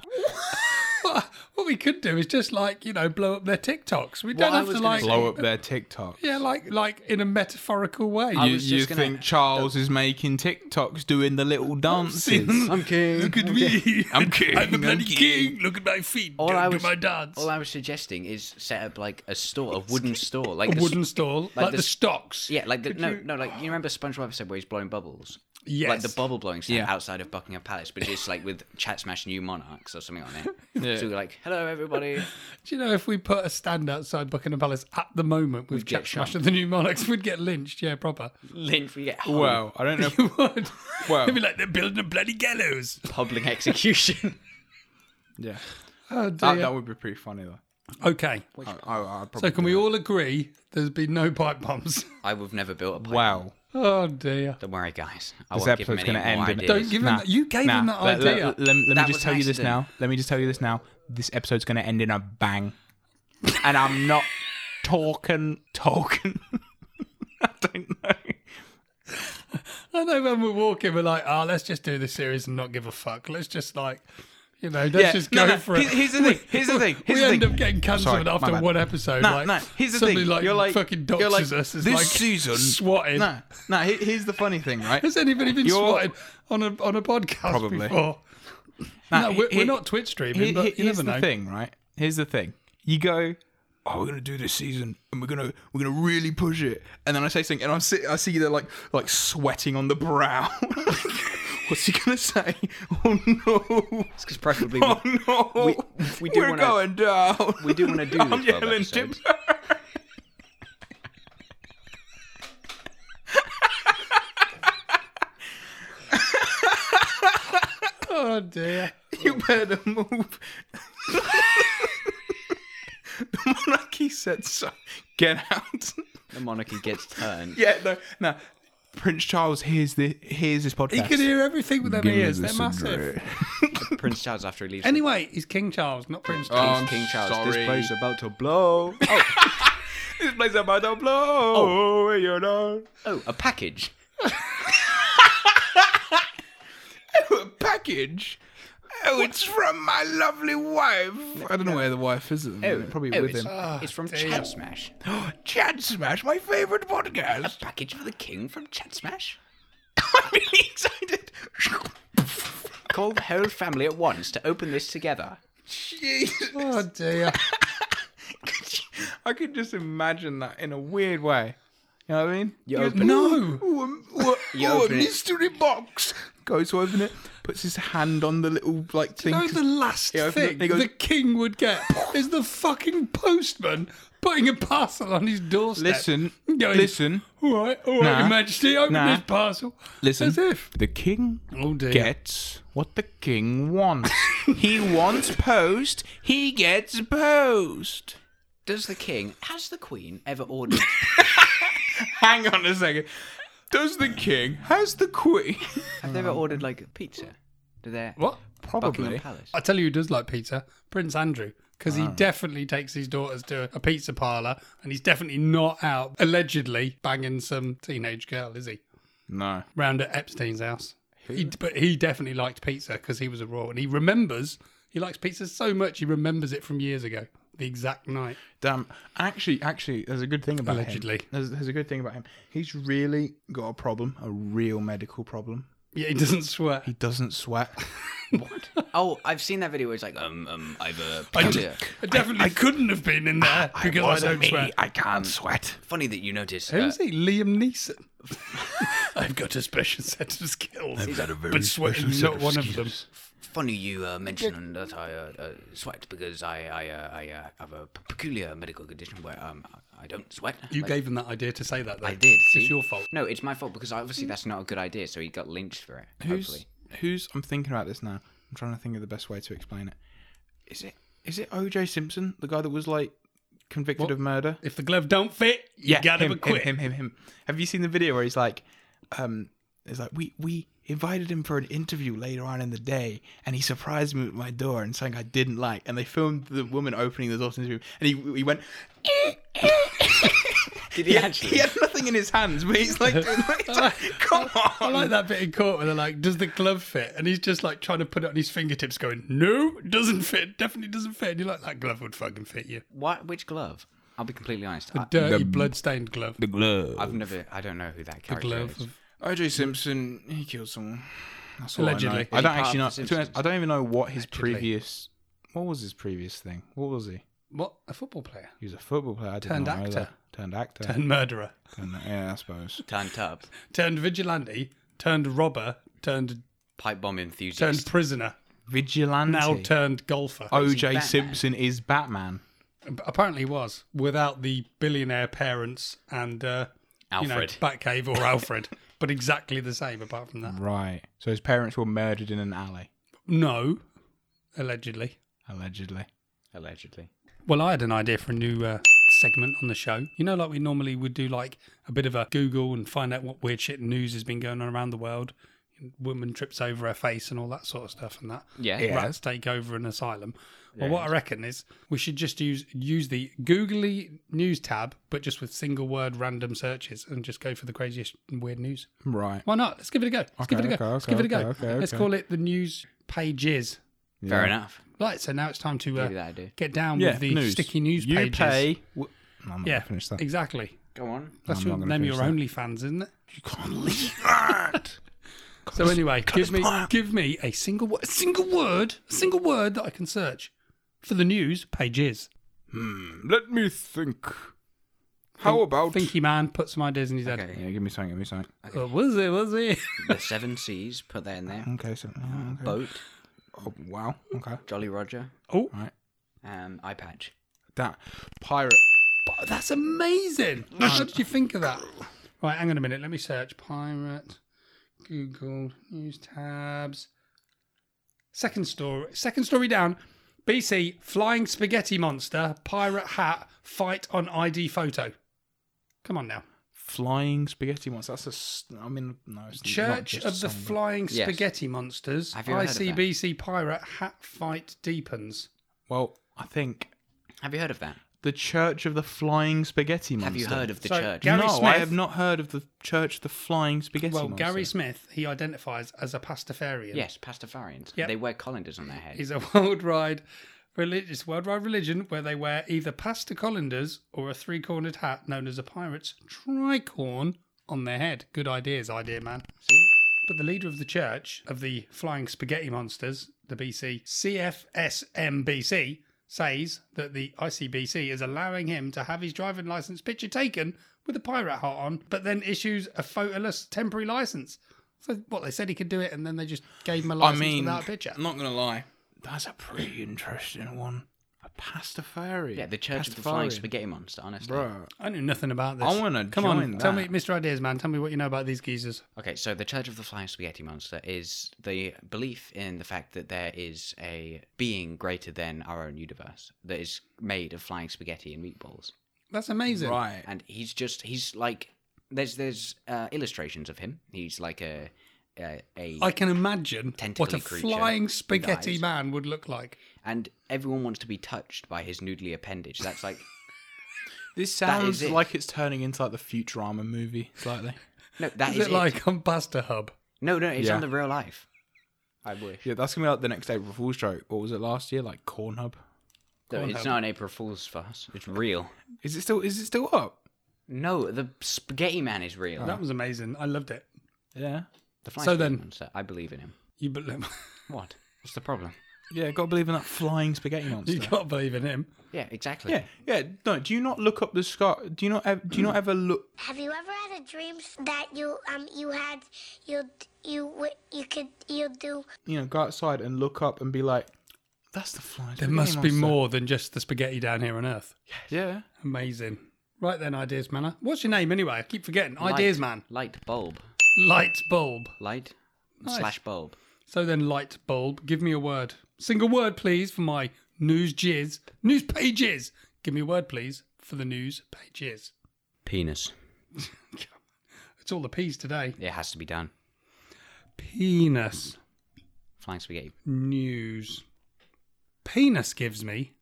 [SPEAKER 1] what we could do is just like you know blow up their TikToks. We don't
[SPEAKER 5] I
[SPEAKER 1] have
[SPEAKER 5] was
[SPEAKER 1] to
[SPEAKER 5] gonna
[SPEAKER 1] like
[SPEAKER 5] say-
[SPEAKER 4] Blow up their TikTok.
[SPEAKER 1] yeah, like like in a metaphorical way.
[SPEAKER 5] I
[SPEAKER 4] You,
[SPEAKER 5] was
[SPEAKER 4] you
[SPEAKER 5] just gonna-
[SPEAKER 4] think Charles is making TikToks doing the little dances?
[SPEAKER 5] I'm king.
[SPEAKER 1] Look at me!
[SPEAKER 4] I'm king,
[SPEAKER 1] I'm the
[SPEAKER 4] I'm
[SPEAKER 1] bloody king.
[SPEAKER 4] king.
[SPEAKER 1] Look at my feet!
[SPEAKER 5] All
[SPEAKER 1] Don't
[SPEAKER 5] I
[SPEAKER 1] do
[SPEAKER 5] was-
[SPEAKER 1] my dance.
[SPEAKER 5] All I was suggesting is set up like a store, a wooden store, like
[SPEAKER 1] a
[SPEAKER 5] the s-
[SPEAKER 1] wooden stall, like, the,
[SPEAKER 5] the-
[SPEAKER 1] stocks.
[SPEAKER 5] Yeah, like the no, no, like you remember SpongeBob episode where he's blowing bubbles.
[SPEAKER 1] Yes.
[SPEAKER 5] Like the bubble blowing stand
[SPEAKER 4] Yeah.
[SPEAKER 5] outside of Buckingham Palace, but it's like with Chat Smash New Monarchs or something on it.
[SPEAKER 4] Yeah.
[SPEAKER 5] So we're like, hello everybody.
[SPEAKER 1] Do you know if we put a stand outside Buckingham Palace at the moment with
[SPEAKER 5] We'd get
[SPEAKER 1] Jack Smash and the New Monarchs, we'd get lynched. Yeah, proper.
[SPEAKER 5] Lynch, we get whole
[SPEAKER 4] Well, I don't know. if-
[SPEAKER 1] Would.
[SPEAKER 4] Well-
[SPEAKER 1] It'd be like they're building a bloody gallows.
[SPEAKER 5] public execution.
[SPEAKER 4] yeah,
[SPEAKER 1] Oh
[SPEAKER 4] that,
[SPEAKER 1] dear.
[SPEAKER 4] that would be pretty funny though.
[SPEAKER 1] Okay.
[SPEAKER 4] I, I, I'd probably
[SPEAKER 1] So can
[SPEAKER 4] do
[SPEAKER 1] we
[SPEAKER 4] that.
[SPEAKER 1] all agree there's been no pipe bombs?
[SPEAKER 5] I would have never built a pipe.
[SPEAKER 4] Wow.
[SPEAKER 1] Oh dear.
[SPEAKER 5] Don't worry, guys. I
[SPEAKER 4] This
[SPEAKER 5] won't give him
[SPEAKER 4] episode's
[SPEAKER 5] any
[SPEAKER 4] gonna
[SPEAKER 5] more
[SPEAKER 4] end in-
[SPEAKER 5] ideas.
[SPEAKER 1] Don't give him
[SPEAKER 4] Nah.
[SPEAKER 1] that. You gave him that
[SPEAKER 4] Let- let-
[SPEAKER 1] idea.
[SPEAKER 4] Let, let me- let me
[SPEAKER 5] That
[SPEAKER 4] just
[SPEAKER 5] was
[SPEAKER 4] tell
[SPEAKER 5] an
[SPEAKER 4] you this now.
[SPEAKER 5] accident.
[SPEAKER 4] Let me just tell you this now. This episode's going to end in a bang, and I'm not talking talking. don't know.
[SPEAKER 1] I know when we're walking, we're like, oh, let's just do this series and not give a fuck. Let's just like, you know, let's
[SPEAKER 4] Yeah,
[SPEAKER 1] just
[SPEAKER 4] no,
[SPEAKER 1] go
[SPEAKER 4] no,
[SPEAKER 1] for
[SPEAKER 4] he-
[SPEAKER 1] it.
[SPEAKER 4] here's the thing, here's the thing, here's
[SPEAKER 1] we
[SPEAKER 4] the
[SPEAKER 1] end
[SPEAKER 4] thing.
[SPEAKER 1] up getting
[SPEAKER 4] Sorry,
[SPEAKER 1] cancelled
[SPEAKER 4] my
[SPEAKER 1] after
[SPEAKER 4] bad.
[SPEAKER 1] one episode.
[SPEAKER 4] No,
[SPEAKER 1] like,
[SPEAKER 4] no, here's the
[SPEAKER 1] somebody
[SPEAKER 4] thing.
[SPEAKER 1] Like,
[SPEAKER 4] You're like
[SPEAKER 1] fucking doxes
[SPEAKER 4] you're like,
[SPEAKER 1] us. It's
[SPEAKER 4] this
[SPEAKER 1] like
[SPEAKER 4] season
[SPEAKER 1] swatted.
[SPEAKER 4] No, no. he- Here's the funny thing, right?
[SPEAKER 1] Has anybody been
[SPEAKER 4] You're-
[SPEAKER 1] swatted on a on a podcast
[SPEAKER 4] Probably.
[SPEAKER 1] before?
[SPEAKER 4] Nah,
[SPEAKER 1] no, we're,
[SPEAKER 4] he-
[SPEAKER 1] we're not Twitch streaming,
[SPEAKER 4] Here-
[SPEAKER 1] but
[SPEAKER 4] here-
[SPEAKER 1] you
[SPEAKER 4] here's
[SPEAKER 1] never know.
[SPEAKER 4] the thing, right? Here's the thing. You go, oh, we're gonna do this season, and we're gonna we're gonna really push it. And then I say something, and I'm sit, I see you there like like sweating on the brow. What's he gonna say? Oh no!
[SPEAKER 5] because preferably
[SPEAKER 4] Oh
[SPEAKER 5] we,
[SPEAKER 4] no!
[SPEAKER 5] we- we do
[SPEAKER 4] are
[SPEAKER 5] wanna-
[SPEAKER 4] going down.
[SPEAKER 5] we do want to do.
[SPEAKER 4] I'm
[SPEAKER 5] the 12
[SPEAKER 4] yelling
[SPEAKER 5] episodes.
[SPEAKER 4] Jim.
[SPEAKER 1] Oh dear.
[SPEAKER 4] You better move. the monarchy said so. Get out.
[SPEAKER 5] The monarchy gets turned.
[SPEAKER 4] yeah, no, no. Prince Charles hears this. Hears this podcast.
[SPEAKER 1] He can hear everything with them ears. They're massive.
[SPEAKER 5] Prince Charles after he leaves.
[SPEAKER 1] Anyway, he's King Charles, not Prince Charles.
[SPEAKER 5] King, King Charles. This
[SPEAKER 4] Oh, sorry.
[SPEAKER 5] place about to blow. Oh,
[SPEAKER 4] This place about to blow. You know,
[SPEAKER 5] oh, a package.
[SPEAKER 4] a package. Oh, it's from my lovely wife. I don't know where the wife is. At the
[SPEAKER 5] Oh,
[SPEAKER 4] moment. Probably
[SPEAKER 5] oh,
[SPEAKER 4] with
[SPEAKER 5] it's,
[SPEAKER 4] him. Ah,
[SPEAKER 5] It's from
[SPEAKER 1] damn.
[SPEAKER 5] Chad Smash.
[SPEAKER 4] Chad Smash, my favorite podcast.
[SPEAKER 5] Package for the king from Chad Smash.
[SPEAKER 4] I'm really excited.
[SPEAKER 5] Call the whole family at once to open this together.
[SPEAKER 4] Jeez.
[SPEAKER 1] Oh dear.
[SPEAKER 4] I could just imagine that in a weird way. You know what I mean?
[SPEAKER 5] You
[SPEAKER 4] He goes,
[SPEAKER 5] open-
[SPEAKER 4] no. Ooh, a- ooh, a-
[SPEAKER 5] You
[SPEAKER 4] ooh, a
[SPEAKER 5] open it.
[SPEAKER 4] mystery box. Goes to open it, puts his hand on the little like thing.
[SPEAKER 1] You know the last
[SPEAKER 4] Yeah, if the-
[SPEAKER 1] thing
[SPEAKER 4] he goes-
[SPEAKER 1] the king would get is the fucking postman putting a parcel on his doorstep.
[SPEAKER 4] listen,
[SPEAKER 1] and going,
[SPEAKER 4] listen,
[SPEAKER 1] All right, all right,
[SPEAKER 4] Nah.
[SPEAKER 1] Your Majesty, open
[SPEAKER 4] Nah.
[SPEAKER 1] this parcel.
[SPEAKER 4] listen.
[SPEAKER 1] As if.
[SPEAKER 4] The king
[SPEAKER 1] Oh dear.
[SPEAKER 4] gets what the king wants. he wants post. He gets post.
[SPEAKER 5] Does the king, has the queen ever ordered?
[SPEAKER 4] Hang on a second. Does the king has the queen?
[SPEAKER 5] have they ever ordered like pizza? Do they?
[SPEAKER 1] What?
[SPEAKER 5] Buckingham
[SPEAKER 4] Um, Probably.
[SPEAKER 5] Palace.
[SPEAKER 1] I tell you, who does like pizza? Prince Andrew. Because he definitely takes his daughters to a pizza parlour and he's definitely not out, allegedly, banging some teenage girl, is he?
[SPEAKER 4] No.
[SPEAKER 1] round at Epstein's house. He, but he definitely liked pizza because he was a royal, and he remembers he likes pizza so much he remembers it from years ago, the exact night.
[SPEAKER 4] Damn. Actually, actually, there's a good thing about
[SPEAKER 1] Allegedly.
[SPEAKER 4] him. There's, there's a good thing about him. He's really got a problem, a real medical problem.
[SPEAKER 1] Yeah, he doesn't swear.
[SPEAKER 4] He doesn't sweat.
[SPEAKER 5] Oh, I've seen that video. Where it's like, um, um, I've uh,
[SPEAKER 1] I, d-
[SPEAKER 5] pizza.
[SPEAKER 1] I definitely couldn't have been in there because I don't sweat.
[SPEAKER 4] I can't sweat.
[SPEAKER 5] Funny that you noticed.
[SPEAKER 1] Who
[SPEAKER 5] uh,
[SPEAKER 1] is he? Liam Neeson. I've got a special set of skills, but sweating's not one of them.
[SPEAKER 5] Funny you uh, mentioned that I uh, uh, sweat because I I, uh, I uh, have a p- peculiar medical condition where um I don't sweat.
[SPEAKER 1] You
[SPEAKER 5] Like,
[SPEAKER 1] gave him that idea to say that. Though.
[SPEAKER 5] I did. See?
[SPEAKER 1] It's your fault.
[SPEAKER 5] No, it's my fault because obviously that's not a good idea. So he got lynched for it.
[SPEAKER 4] Who's
[SPEAKER 5] Hopefully,
[SPEAKER 4] who's? I'm thinking about this now. I'm trying to think of the best way to explain it. Is it is it O.J. Simpson, the guy that was like convicted of murder?
[SPEAKER 1] If the glove don't fit, you gotta
[SPEAKER 4] him,
[SPEAKER 1] quit.
[SPEAKER 4] Him, him, him, him. Have you seen the video where he's like, um, it's like we we invited him for an interview later on in the day, and he surprised me with my door and something I didn't like, and they filmed the woman opening the door to the interview, and he he went.
[SPEAKER 5] did he actually?
[SPEAKER 4] He had nothing in his hands, but he's like, doing that. It's like, come
[SPEAKER 1] I
[SPEAKER 4] on.
[SPEAKER 1] like that bit in court where they're like, "Does the glove fit?" And he's just like trying to put it on his fingertips, going, "No, doesn't fit. Definitely doesn't fit." And you're like, "That glove would fucking fit you."
[SPEAKER 5] What? Which glove? I'll be completely honest.
[SPEAKER 4] Uh,
[SPEAKER 5] I,
[SPEAKER 1] Dirty, blood-stained glove. The
[SPEAKER 5] I've never. I don't know who that character
[SPEAKER 1] glove.
[SPEAKER 5] is.
[SPEAKER 1] Of,
[SPEAKER 4] OJ Simpson, he killed someone. That's all
[SPEAKER 1] Allegedly. Is
[SPEAKER 4] I,
[SPEAKER 1] he
[SPEAKER 4] know. I
[SPEAKER 5] part
[SPEAKER 4] don't actually
[SPEAKER 5] of the
[SPEAKER 4] know. to be honest,
[SPEAKER 5] Simpsons?
[SPEAKER 4] I don't even know what his
[SPEAKER 1] Allegedly.
[SPEAKER 4] previous. What was his previous thing? What was he?
[SPEAKER 1] what? A football player
[SPEAKER 4] He was a football player. I didn't
[SPEAKER 1] Turned
[SPEAKER 4] know
[SPEAKER 1] actor.
[SPEAKER 4] That. Turned actor.
[SPEAKER 1] turned murderer,
[SPEAKER 4] Turned- yeah, I suppose.
[SPEAKER 5] Turned up.
[SPEAKER 1] turned vigilante, turned robber, turned
[SPEAKER 5] Pipe bomb
[SPEAKER 1] turned
[SPEAKER 5] enthusiast.
[SPEAKER 1] prisoner,
[SPEAKER 4] Vigilante.
[SPEAKER 1] now turned golfer.
[SPEAKER 4] OJ
[SPEAKER 5] Batman?
[SPEAKER 4] Simpson is Batman.
[SPEAKER 1] Apparently was without the billionaire parents and uh, you know
[SPEAKER 5] Alfred.
[SPEAKER 1] Batcave or Alfred, but exactly the same apart from that.
[SPEAKER 4] Right. So his parents were murdered in an alley,
[SPEAKER 1] No, allegedly.
[SPEAKER 4] allegedly.
[SPEAKER 5] Allegedly.
[SPEAKER 1] Well, I had an idea for a new uh, segment on the show. You know, like we normally would do, like a bit of a Google and find out what weird shit and news has been going on around the world. woman trips over her face and all that sort of stuff, and that
[SPEAKER 5] Yeah.
[SPEAKER 1] rats take over an asylum. Well, what I reckon is we should just use use the googly news tab, but just with single word random searches, and just go for the craziest and weird news.
[SPEAKER 4] Right.
[SPEAKER 1] Why not? Let's give it a go. Let's give it a go.
[SPEAKER 4] okay,
[SPEAKER 1] Let's
[SPEAKER 4] okay,
[SPEAKER 1] give it a go.
[SPEAKER 4] okay, okay,
[SPEAKER 1] Let's
[SPEAKER 4] okay.
[SPEAKER 1] call it the news pages.
[SPEAKER 5] Fair enough.
[SPEAKER 1] Right, so now it's time to
[SPEAKER 5] Maybe
[SPEAKER 1] uh,
[SPEAKER 5] that'd do.
[SPEAKER 1] get down with the sticky news
[SPEAKER 4] you
[SPEAKER 1] pages.
[SPEAKER 4] pay. W- No, I'm not
[SPEAKER 1] yeah,
[SPEAKER 4] gonna finish that.
[SPEAKER 1] exactly.
[SPEAKER 5] Go on.
[SPEAKER 1] That's
[SPEAKER 4] I'm not
[SPEAKER 1] your,
[SPEAKER 4] gonna
[SPEAKER 1] them your
[SPEAKER 4] finish
[SPEAKER 1] OnlyFans, isn't it?
[SPEAKER 4] You can't leave that.
[SPEAKER 1] So anyway, give
[SPEAKER 4] his
[SPEAKER 1] me
[SPEAKER 4] plan.
[SPEAKER 1] give me a single word, single word, single word that I can search for the news pages.
[SPEAKER 4] Let me think. How about?
[SPEAKER 1] Thinky man put some ideas in his head.
[SPEAKER 5] Okay.
[SPEAKER 4] Yeah, give me something. Give me something.
[SPEAKER 1] Uh, was it? Was it?
[SPEAKER 5] The Seven Seas, put that in there.
[SPEAKER 4] Okay. So, oh, okay.
[SPEAKER 5] Boat,
[SPEAKER 4] Oh, wow. Okay.
[SPEAKER 5] Jolly Roger,
[SPEAKER 1] Oh,
[SPEAKER 4] All right.
[SPEAKER 5] um, eye patch.
[SPEAKER 4] That pirate.
[SPEAKER 1] but that's amazing! How did you think of that? Right, hang on a minute. Let me search pirate, Google news tabs. Second story, second story down. BC flying spaghetti monster pirate hat fight on ID photo. Come on now.
[SPEAKER 4] Flying spaghetti monster. That's a. s- I mean, no. It's not
[SPEAKER 1] Church
[SPEAKER 4] just
[SPEAKER 1] of the
[SPEAKER 4] some-
[SPEAKER 1] Flying
[SPEAKER 5] Yes.
[SPEAKER 1] Spaghetti Monsters,
[SPEAKER 5] Have you heard of that?
[SPEAKER 1] ICBC Pirate Hat Fight Deepens.
[SPEAKER 4] Well, I think
[SPEAKER 5] Have you heard of that?
[SPEAKER 4] the Church of the Flying Spaghetti monster.
[SPEAKER 5] Have you heard of the
[SPEAKER 1] So,
[SPEAKER 5] church?
[SPEAKER 1] Ga- Gary
[SPEAKER 4] no, I
[SPEAKER 1] Smith-
[SPEAKER 4] have not heard of the Church of the Flying Spaghetti
[SPEAKER 1] Well,
[SPEAKER 4] monster.
[SPEAKER 1] Gary Smith, he identifies as a pastafarian.
[SPEAKER 5] yes, Pastafarians.
[SPEAKER 1] Yep.
[SPEAKER 5] They wear colanders on their head.
[SPEAKER 1] He's a worldwide religious worldwide religion where they wear either pasta colanders or a three-cornered hat known as a pirate's tricorn on their head. Good ideas, idea man.
[SPEAKER 5] See?
[SPEAKER 1] But the leader of the church of the Flying Spaghetti Monsters, the BC CFSMBC, says that the ICBC is allowing him to have his driving license picture taken with a pirate hat on, but then issues a photoless temporary license. So what they said he could do it, and then they just gave him a
[SPEAKER 4] I
[SPEAKER 1] license
[SPEAKER 4] mean,
[SPEAKER 1] without a picture.
[SPEAKER 4] I'm not gonna lie. That's a pretty interesting one. A pastafarian.
[SPEAKER 5] Yeah, the church of the flying
[SPEAKER 4] Pastafarian.
[SPEAKER 5] spaghetti monster, honestly.
[SPEAKER 4] Bro,
[SPEAKER 1] I knew nothing about this.
[SPEAKER 4] I wanna
[SPEAKER 1] come on.
[SPEAKER 4] join
[SPEAKER 1] Tell me,
[SPEAKER 4] that.
[SPEAKER 1] Mr. Ideas Man, tell me what you know about these geezers.
[SPEAKER 5] Okay, so the Church of the Flying Spaghetti Monster is the belief in the fact that there is a being greater than our own universe that is made of flying spaghetti and meatballs.
[SPEAKER 1] That's amazing.
[SPEAKER 4] right.
[SPEAKER 5] and he's just he's like there's there's uh, illustrations of him. He's like a a, a
[SPEAKER 1] I can imagine what a
[SPEAKER 5] Tentacly creature
[SPEAKER 1] flying
[SPEAKER 5] with
[SPEAKER 1] spaghetti
[SPEAKER 5] eyes.
[SPEAKER 1] man would look like.
[SPEAKER 5] and everyone wants to be touched by his noodly appendage. That's like
[SPEAKER 4] This
[SPEAKER 5] That is
[SPEAKER 4] sounds
[SPEAKER 5] it.
[SPEAKER 4] like it's turning into like the Futurama movie slightly.
[SPEAKER 5] no, that
[SPEAKER 1] Is
[SPEAKER 5] is,
[SPEAKER 1] it
[SPEAKER 5] it.
[SPEAKER 1] like on Pasta Hub?
[SPEAKER 5] no, no, it's
[SPEAKER 4] Yeah.
[SPEAKER 5] on the real life. I wish.
[SPEAKER 4] yeah, that's gonna be like the next April Fool's joke. What was it last year? Like Cornhub.
[SPEAKER 5] No,
[SPEAKER 1] on,
[SPEAKER 5] it's
[SPEAKER 1] Helen.
[SPEAKER 5] not an April Fool's farce. It's real.
[SPEAKER 4] Is it still? Is it still up?
[SPEAKER 5] No, the spaghetti man is real.
[SPEAKER 1] That was amazing. I loved it.
[SPEAKER 4] Yeah.
[SPEAKER 5] The flying
[SPEAKER 1] So
[SPEAKER 5] spaghetti
[SPEAKER 1] then-
[SPEAKER 5] monster. I believe in him.
[SPEAKER 1] You, be-
[SPEAKER 5] What? What's the problem?
[SPEAKER 4] Yeah, gotta believe in that flying spaghetti monster.
[SPEAKER 1] you can't believe in him.
[SPEAKER 5] Yeah, exactly.
[SPEAKER 4] yeah, yeah. No, do you not look up the sky? Do you not? Ev- do you not ever look?
[SPEAKER 7] Have you ever had a dream that you um you had you you w- you could you do
[SPEAKER 4] You know, go outside and look up and be like, "That's the flying."
[SPEAKER 1] There
[SPEAKER 4] spaghetti
[SPEAKER 1] must be
[SPEAKER 4] monster."
[SPEAKER 1] more than just the spaghetti down here on Earth.
[SPEAKER 4] Yeah.
[SPEAKER 1] Amazing. Right then, Ideas Man. What's your name anyway? I keep forgetting.
[SPEAKER 5] Light-
[SPEAKER 1] Ideas Man.
[SPEAKER 5] Light bulb.
[SPEAKER 1] Light bulb.
[SPEAKER 5] Light
[SPEAKER 1] Nice.
[SPEAKER 5] slash bulb.
[SPEAKER 1] So then, light bulb. Give me a word. Single word, please, for my news jizz. News pages. Give me a word, please, for the news pages.
[SPEAKER 5] Penis.
[SPEAKER 1] It's all the P's today.
[SPEAKER 5] It has to be done.
[SPEAKER 1] Penis.
[SPEAKER 5] Flying spaghetti.
[SPEAKER 1] news. Penis gives me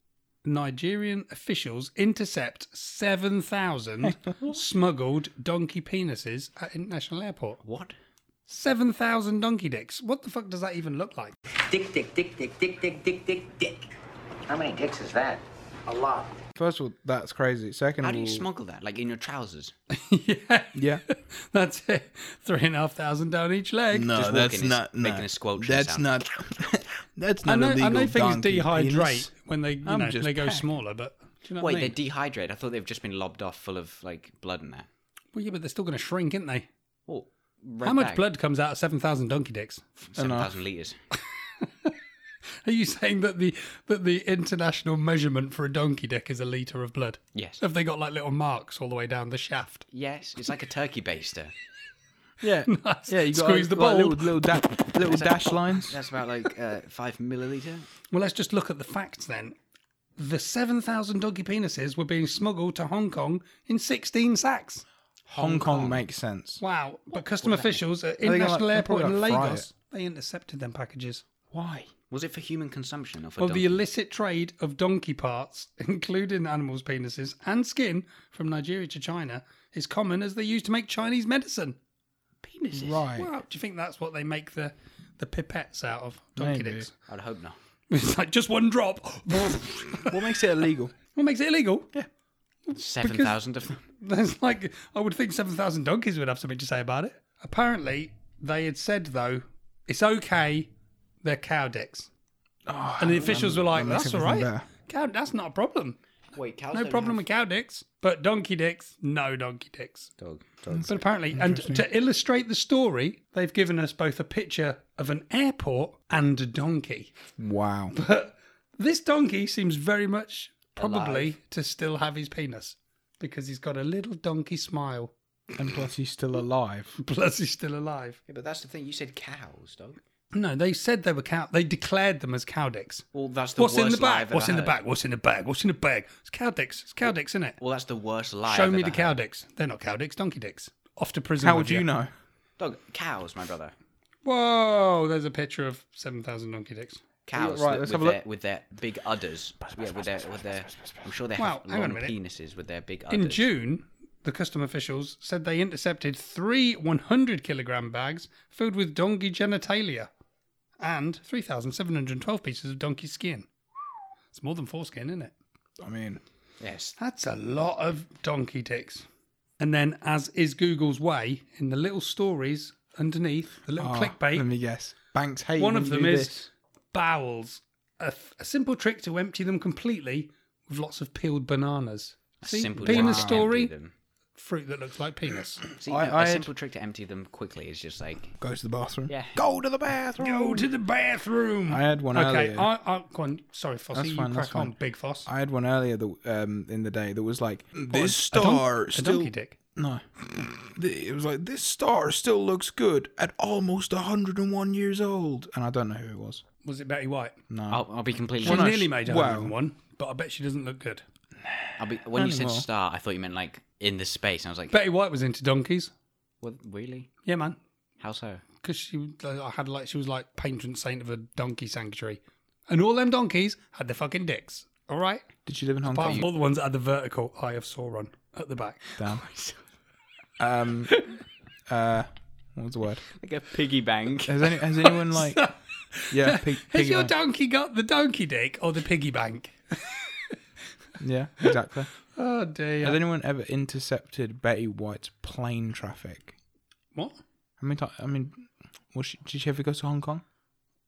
[SPEAKER 1] Nigerian officials intercept 7,000 smuggled donkey penises at International Airport.
[SPEAKER 5] What?
[SPEAKER 1] 7,000 donkey dicks. What the fuck does that even look like?
[SPEAKER 8] Dick, dick, dick, dick, dick, dick, dick, dick, dick. How many dicks is that? A lot.
[SPEAKER 4] First of all, that's crazy. Second
[SPEAKER 5] How
[SPEAKER 4] of
[SPEAKER 5] do
[SPEAKER 4] all,
[SPEAKER 5] you smuggle that? Like in your trousers?
[SPEAKER 1] yeah,
[SPEAKER 4] yeah.
[SPEAKER 1] that's it. Three and a half thousand down each leg.
[SPEAKER 4] No,
[SPEAKER 5] Just that's walking is not- no. making a squelching That's sound.
[SPEAKER 4] not. that's
[SPEAKER 1] I know, I know things dehydrate when they, you
[SPEAKER 4] I'm
[SPEAKER 1] know,
[SPEAKER 4] just
[SPEAKER 1] they go
[SPEAKER 4] packed.
[SPEAKER 1] smaller, but do you know
[SPEAKER 5] Wait,
[SPEAKER 1] what I
[SPEAKER 5] they're
[SPEAKER 1] mean?
[SPEAKER 5] dehydrated. I thought they've just been lobbed off full of like blood in there.
[SPEAKER 1] well, yeah, but they're still going to shrink, aren't they?
[SPEAKER 5] Well,
[SPEAKER 1] How much blood comes out of 7,000 donkey dicks?
[SPEAKER 5] Seven thousand liters.
[SPEAKER 1] Are you saying that the that the international measurement for a donkey dick is a liter of blood?
[SPEAKER 5] Yes.
[SPEAKER 1] Have they got like little marks all the way down the shaft?
[SPEAKER 5] Yes, it's like a turkey baster.
[SPEAKER 4] Yeah, yeah. You got
[SPEAKER 1] Squeeze the
[SPEAKER 4] like, little
[SPEAKER 1] bulb.
[SPEAKER 4] little, da- little dash lines.
[SPEAKER 5] That's about like uh, five milliliter.
[SPEAKER 1] Well, let's just look at the facts then. The 7,000 donkey penises were being smuggled to Hong Kong in 16 sacks.
[SPEAKER 4] Hong, Kong, makes sense.
[SPEAKER 1] Wow. But custom officials at
[SPEAKER 4] gonna, like,
[SPEAKER 1] International
[SPEAKER 4] they're
[SPEAKER 1] Airport
[SPEAKER 4] probably
[SPEAKER 1] in
[SPEAKER 4] gonna fry
[SPEAKER 1] Lagos, they intercepted them packages.
[SPEAKER 4] Why?
[SPEAKER 5] Was it for human consumption or for
[SPEAKER 1] Of the
[SPEAKER 5] donkey?
[SPEAKER 1] illicit trade of donkey parts, including animals' penises and skin, from Nigeria to China, is common as they use to make Chinese medicine. Penises?
[SPEAKER 4] Right.
[SPEAKER 1] Wow. Do you think that's what they make the, the pipettes out of? Donkey
[SPEAKER 4] Maybe.
[SPEAKER 1] dicks.
[SPEAKER 5] I'd hope not.
[SPEAKER 1] It's like just one drop.
[SPEAKER 4] What makes it illegal?
[SPEAKER 1] what makes it illegal?
[SPEAKER 5] Seven thousand of them.
[SPEAKER 1] There's like I would think seven thousand donkeys would have something to say about it. Apparently, they had said though it's okay. They're cow dicks, and the officials were like,
[SPEAKER 4] Oh, makes
[SPEAKER 1] "That's all right.
[SPEAKER 4] everything better."
[SPEAKER 1] Cow, that's not a problem.
[SPEAKER 5] Wait, cows.
[SPEAKER 1] No problem with cow dicks, but donkey dicks, no donkey dicks."
[SPEAKER 5] dog. Dogs.
[SPEAKER 1] But apparently, and to illustrate the story, they've given us both a picture of an airport and a donkey.
[SPEAKER 4] Wow.
[SPEAKER 1] This donkey seems very much probably to still have his penis because he's got a little donkey smile.
[SPEAKER 4] and plus, he's still alive.
[SPEAKER 1] Plus, he's still alive.
[SPEAKER 5] Yeah, but that's the thing. You said cows, dog.
[SPEAKER 1] No, they said they were cow. They declared them as cow dicks.
[SPEAKER 5] Well, that's the
[SPEAKER 1] What's
[SPEAKER 5] worst
[SPEAKER 1] in the
[SPEAKER 5] lie I've
[SPEAKER 1] bag?
[SPEAKER 5] ever
[SPEAKER 1] What's in the
[SPEAKER 5] heard.
[SPEAKER 1] bag? What's in the bag? What's in the bag? It's cow dicks. It's cow dicks, isn't it?
[SPEAKER 5] Well, that's the worst lie.
[SPEAKER 1] Show
[SPEAKER 5] I've
[SPEAKER 1] me
[SPEAKER 5] ever
[SPEAKER 1] the cow
[SPEAKER 5] heard.
[SPEAKER 1] dicks. They're not cow dicks. Donkey dicks. Off to prison.
[SPEAKER 4] How
[SPEAKER 1] with
[SPEAKER 4] would you know?
[SPEAKER 5] Dog, cows, my brother.
[SPEAKER 1] Whoa! There's a picture of seven thousand donkey dicks.
[SPEAKER 5] Cows
[SPEAKER 4] right,
[SPEAKER 5] that- with,
[SPEAKER 4] let's have a look.
[SPEAKER 5] their, with their big udders. Yeah, with their, with their. I'm sure they
[SPEAKER 1] Wow,
[SPEAKER 5] have
[SPEAKER 1] hang on
[SPEAKER 5] long
[SPEAKER 1] a minute.
[SPEAKER 5] penises with their big udders.
[SPEAKER 1] In June, the custom officials said they intercepted three 100 kilogram bags filled with donkey genitalia and 3,712 pieces of donkey skin. It's more than foreskin, isn't it?
[SPEAKER 4] I mean,
[SPEAKER 5] Yes.
[SPEAKER 1] That's a lot of donkey dicks. And then, as is Google's way, in the little stories underneath, the little
[SPEAKER 4] ah, Let
[SPEAKER 1] clickbait,
[SPEAKER 4] me guess. Banks hate
[SPEAKER 1] one
[SPEAKER 4] when
[SPEAKER 1] of
[SPEAKER 4] you do
[SPEAKER 1] them is
[SPEAKER 4] this.
[SPEAKER 1] bowels. A, th- a simple trick to empty them completely with lots of peeled bananas.
[SPEAKER 5] A
[SPEAKER 1] See,
[SPEAKER 5] simple trick
[SPEAKER 1] penis
[SPEAKER 5] to
[SPEAKER 1] story,
[SPEAKER 5] empty them.
[SPEAKER 1] fruit that looks like penis.
[SPEAKER 5] See,
[SPEAKER 4] I-
[SPEAKER 5] no,
[SPEAKER 4] I
[SPEAKER 5] a
[SPEAKER 4] had-
[SPEAKER 5] simple trick to empty them quickly is just like
[SPEAKER 4] Go to the bathroom.
[SPEAKER 5] Yeah.
[SPEAKER 4] Go to the bathroom.
[SPEAKER 1] Go to the bathroom.
[SPEAKER 4] I had one
[SPEAKER 1] Okay,
[SPEAKER 4] earlier.
[SPEAKER 1] I, I, go on. Sorry, Fossy,
[SPEAKER 4] Oh, That's
[SPEAKER 1] you
[SPEAKER 4] fine, that's
[SPEAKER 1] crack on,
[SPEAKER 4] fine.
[SPEAKER 1] Big Foss.
[SPEAKER 4] I had one earlier the, um, in the day that was like
[SPEAKER 1] A- a
[SPEAKER 4] this star
[SPEAKER 1] donk- a
[SPEAKER 4] still
[SPEAKER 1] donkey dick.
[SPEAKER 4] no. It was like this star still looks good at almost 101 years old, Oh. and I don't know who it was.
[SPEAKER 1] Was it Betty White?
[SPEAKER 5] I'll, I'll be completely.
[SPEAKER 1] Uh-huh. She
[SPEAKER 4] Well, no,
[SPEAKER 1] nearly
[SPEAKER 4] she-
[SPEAKER 1] made
[SPEAKER 4] well-
[SPEAKER 1] 101, but I bet she doesn't look good.
[SPEAKER 5] I'll be, when you said
[SPEAKER 4] anymore.
[SPEAKER 5] star, I thought you meant like in the space. And I was like,
[SPEAKER 1] Betty White was into donkeys.
[SPEAKER 5] what, really?
[SPEAKER 1] Yeah, man.
[SPEAKER 5] How so?
[SPEAKER 1] Because she uh, had like she was like patron saint of a donkey sanctuary, and all them donkeys had their fucking dicks. All right,
[SPEAKER 4] Did she live in Hong
[SPEAKER 1] apart
[SPEAKER 4] Kong?
[SPEAKER 1] from all the ones that had the vertical eye of Sauron at the back.
[SPEAKER 4] Damn. um, uh, what was the word?
[SPEAKER 5] Like a piggy bank.
[SPEAKER 4] Has, any, has anyone like? Yeah, pig,
[SPEAKER 1] Has
[SPEAKER 4] piggy
[SPEAKER 1] your
[SPEAKER 4] bank.
[SPEAKER 1] donkey got the donkey dick or the piggy bank?
[SPEAKER 4] Yeah, exactly.
[SPEAKER 1] Oh dear.
[SPEAKER 4] Has anyone ever intercepted Betty White's plane traffic?
[SPEAKER 1] what?
[SPEAKER 4] I mean, I mean, was she, did she ever go to Hong Kong?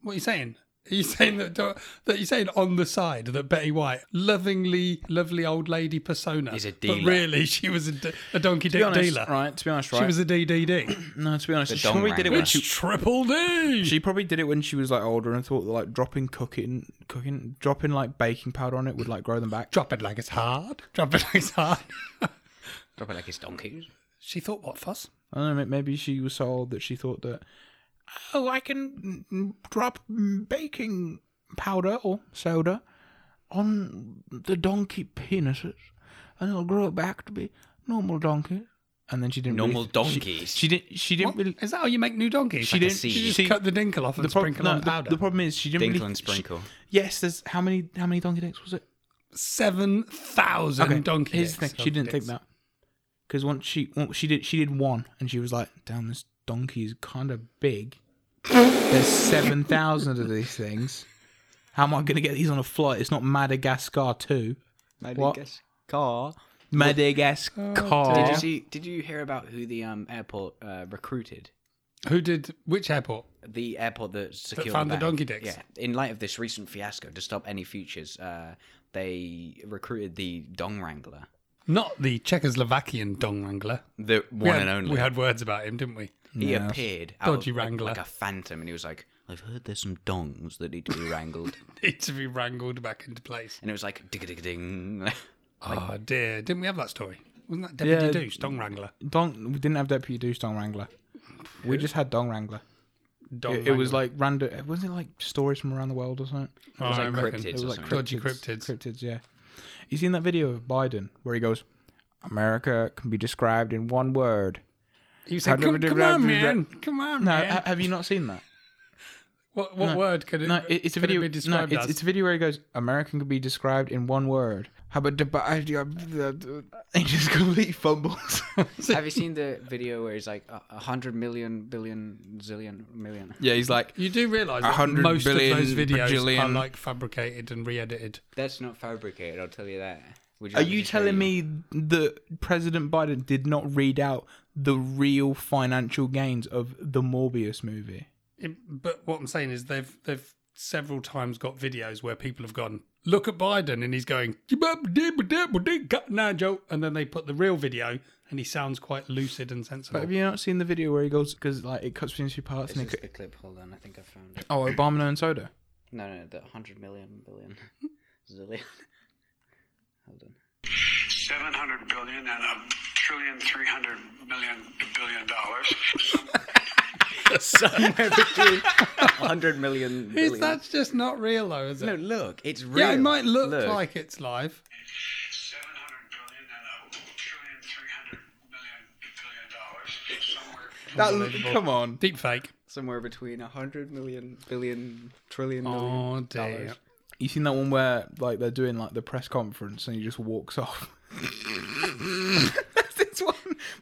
[SPEAKER 1] What are you saying? Are you saying that that you're saying on the side that Betty White, lovingly, lovely old lady persona,
[SPEAKER 5] Is a
[SPEAKER 1] but
[SPEAKER 5] dealer.
[SPEAKER 1] really she was a, d- a donkey dick dealer.
[SPEAKER 4] right? To be honest, right?
[SPEAKER 1] She was a DDD.
[SPEAKER 4] no, to be honest, she
[SPEAKER 5] dong
[SPEAKER 4] probably did it
[SPEAKER 5] wrangler.
[SPEAKER 4] when
[SPEAKER 1] It's
[SPEAKER 4] she,
[SPEAKER 1] triple D.
[SPEAKER 4] she probably did it when she was like older and thought that like dropping cooking, cooking, dropping like baking powder on it would like grow them back.
[SPEAKER 1] Drop it like it's hard. Drop it like it's hard.
[SPEAKER 5] Drop it like it's donkeys.
[SPEAKER 1] she thought, what fuss?
[SPEAKER 4] I don't know. ma- Maybe she was so old that she thought that oh, I can mm, drop mm, baking powder or soda on the donkey penises, and it'll grow it back to be normal donkey. And then she didn't.
[SPEAKER 5] Normal
[SPEAKER 4] really,
[SPEAKER 5] donkeys.
[SPEAKER 4] She, she didn't. She didn't
[SPEAKER 1] What?
[SPEAKER 4] really.
[SPEAKER 1] Is that how you make new donkeys?
[SPEAKER 4] She
[SPEAKER 5] like a
[SPEAKER 4] didn't.
[SPEAKER 5] seed.
[SPEAKER 1] You
[SPEAKER 4] She
[SPEAKER 1] just
[SPEAKER 4] she-
[SPEAKER 1] cut the dinkle off and
[SPEAKER 4] prob-
[SPEAKER 1] sprinkle
[SPEAKER 4] no,
[SPEAKER 1] on
[SPEAKER 4] the-
[SPEAKER 1] powder.
[SPEAKER 4] The, problem is she didn't
[SPEAKER 5] Dinkle
[SPEAKER 4] really.
[SPEAKER 5] and
[SPEAKER 4] she-
[SPEAKER 5] sprinkle.
[SPEAKER 4] yes, there's how many how many donkey dicks was it?
[SPEAKER 1] Seven thousand donkey
[SPEAKER 4] Here's the
[SPEAKER 1] dicks.
[SPEAKER 4] thing. She didn't think
[SPEAKER 1] Dicks.
[SPEAKER 4] that because once she once she did she did one and she was like, "Damn, this donkey's kind of big. There's seven thousand of these things. How am I gonna get these on a flight? It's not Madagascar two. Madagascar. Madagascar.
[SPEAKER 5] Did you see? Did you hear about who the um airport uh, recruited?
[SPEAKER 1] Who did which airport?
[SPEAKER 5] The airport that secured
[SPEAKER 1] found the
[SPEAKER 5] bag.
[SPEAKER 1] donkey dicks.
[SPEAKER 5] Yeah. In light of this recent fiasco, to stop any futures, uh, they recruited the dong wrangler,
[SPEAKER 1] Not the Czechoslovakian dong wrangler.
[SPEAKER 5] the one
[SPEAKER 1] We had-
[SPEAKER 5] and only.
[SPEAKER 1] We had words about him, didn't we?
[SPEAKER 5] He appeared out
[SPEAKER 1] Dodgy
[SPEAKER 5] of, like-
[SPEAKER 1] wrangler.
[SPEAKER 5] like a phantom, and he was like, "I've heard there's some dongs that need to be wrangled."
[SPEAKER 1] Need to be wrangled back into place.
[SPEAKER 5] and it was like digga digga ding.
[SPEAKER 1] oh dear, didn't we have that story? Wasn't that Deputy
[SPEAKER 4] Yeah.
[SPEAKER 1] Douche, Dong Wrangler?
[SPEAKER 4] Don, we didn't have Deputy Deuce Don Wrangler. We just had Don Wrangler.
[SPEAKER 1] Dong
[SPEAKER 5] Oh
[SPEAKER 4] It, it was like random. Wasn't it like stories from around the world or something?
[SPEAKER 1] Oh, I
[SPEAKER 5] like
[SPEAKER 1] reckon.
[SPEAKER 5] cryptids
[SPEAKER 4] It was
[SPEAKER 5] or
[SPEAKER 4] like
[SPEAKER 5] something.
[SPEAKER 1] Dodgy
[SPEAKER 4] cryptids.
[SPEAKER 1] cryptids.
[SPEAKER 4] Cryptids, yeah. You seen that video of Biden where he goes, America can be described in one word.
[SPEAKER 1] You say, come, come on, man. Come on,
[SPEAKER 4] No,
[SPEAKER 1] man.
[SPEAKER 4] ha- have you not seen that?
[SPEAKER 1] what what word could it,
[SPEAKER 4] No, it- it's a
[SPEAKER 1] could it be
[SPEAKER 4] video. no,
[SPEAKER 1] described
[SPEAKER 4] it's,
[SPEAKER 1] as?
[SPEAKER 4] it's a video where he goes, "American can be described in one word." How about the He just completely fumbles.
[SPEAKER 5] Have you seen the video where he's like a a hundred million, billion, zillion, million?
[SPEAKER 4] yeah, he's like,
[SPEAKER 1] you do realise that
[SPEAKER 4] 100
[SPEAKER 1] most of
[SPEAKER 4] billion,
[SPEAKER 1] those videos are
[SPEAKER 4] bajillion.
[SPEAKER 1] like fabricated and re-edited.
[SPEAKER 5] That's not fabricated. I'll tell you that. Would
[SPEAKER 4] "Are
[SPEAKER 5] like
[SPEAKER 4] you
[SPEAKER 5] to show
[SPEAKER 4] telling me that President Biden did not read out the real financial gains of the Morbius movie?"
[SPEAKER 1] It- but what I'm saying is they've they've several times got videos where people have gone, look at Biden, and he's going, "Nah, Joe," and then they put the real video, and he sounds quite lucid and sensible.
[SPEAKER 4] But have you not seen the video where he goes because like it cuts between two parts
[SPEAKER 5] This
[SPEAKER 4] and
[SPEAKER 5] is
[SPEAKER 4] it?
[SPEAKER 5] the clip. Hold on, I think I found it.
[SPEAKER 4] Oh, Obama and soda.
[SPEAKER 5] No, no, the hundred million, billion, zillion. Hold on.
[SPEAKER 9] 700 billion and a trillion, 300 million billion dollars.
[SPEAKER 5] Somewhere between hundred million.
[SPEAKER 1] Is
[SPEAKER 5] Billion.
[SPEAKER 1] that's just not real though, is it?
[SPEAKER 5] No, look, it's real.
[SPEAKER 1] yeah, it might look, like it's live.
[SPEAKER 9] 700 billion and a trillion, 300 million billion dollars. Somewhere.
[SPEAKER 4] come on.
[SPEAKER 1] Deep fake.
[SPEAKER 5] somewhere between hundred million, billion, trillion. million.
[SPEAKER 1] Oh dear.
[SPEAKER 4] You seen that one where like they're doing like the press conference and he just walks off. There's this one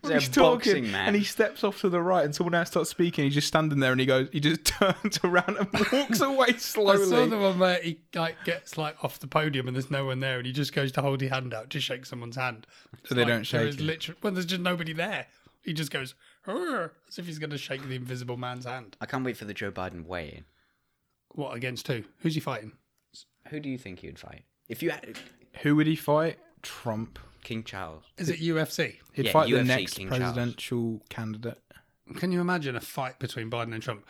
[SPEAKER 4] where
[SPEAKER 5] Is
[SPEAKER 4] he's
[SPEAKER 5] there a boxing
[SPEAKER 4] talking
[SPEAKER 5] match?
[SPEAKER 4] and he steps off to the right and someone else starts speaking. He's just standing there and he goes. He just turns around and walks away
[SPEAKER 1] I saw
[SPEAKER 4] slowly.
[SPEAKER 1] the one where he like gets like off the podium and there's no one there and he just goes to hold his hand out to shake someone's hand.
[SPEAKER 4] So they
[SPEAKER 1] Like,
[SPEAKER 4] don't
[SPEAKER 1] There
[SPEAKER 4] shake
[SPEAKER 1] is
[SPEAKER 4] it.
[SPEAKER 1] literally when there's just nobody there. He just goes "Arr," as if he's going to shake the invisible man's hand.
[SPEAKER 5] I can't wait for the Joe Biden weigh-in.
[SPEAKER 1] What against who? Who's he fighting?
[SPEAKER 5] Who do you think he would fight? If you had
[SPEAKER 4] Who would he fight? Trump.
[SPEAKER 5] King Charles,
[SPEAKER 1] Is it UFC?
[SPEAKER 4] He'd
[SPEAKER 5] Yeah,
[SPEAKER 4] fight the
[SPEAKER 5] UFC
[SPEAKER 4] next
[SPEAKER 5] King Charles.
[SPEAKER 4] presidential candidate.
[SPEAKER 1] Can you imagine a fight between Biden and Trump?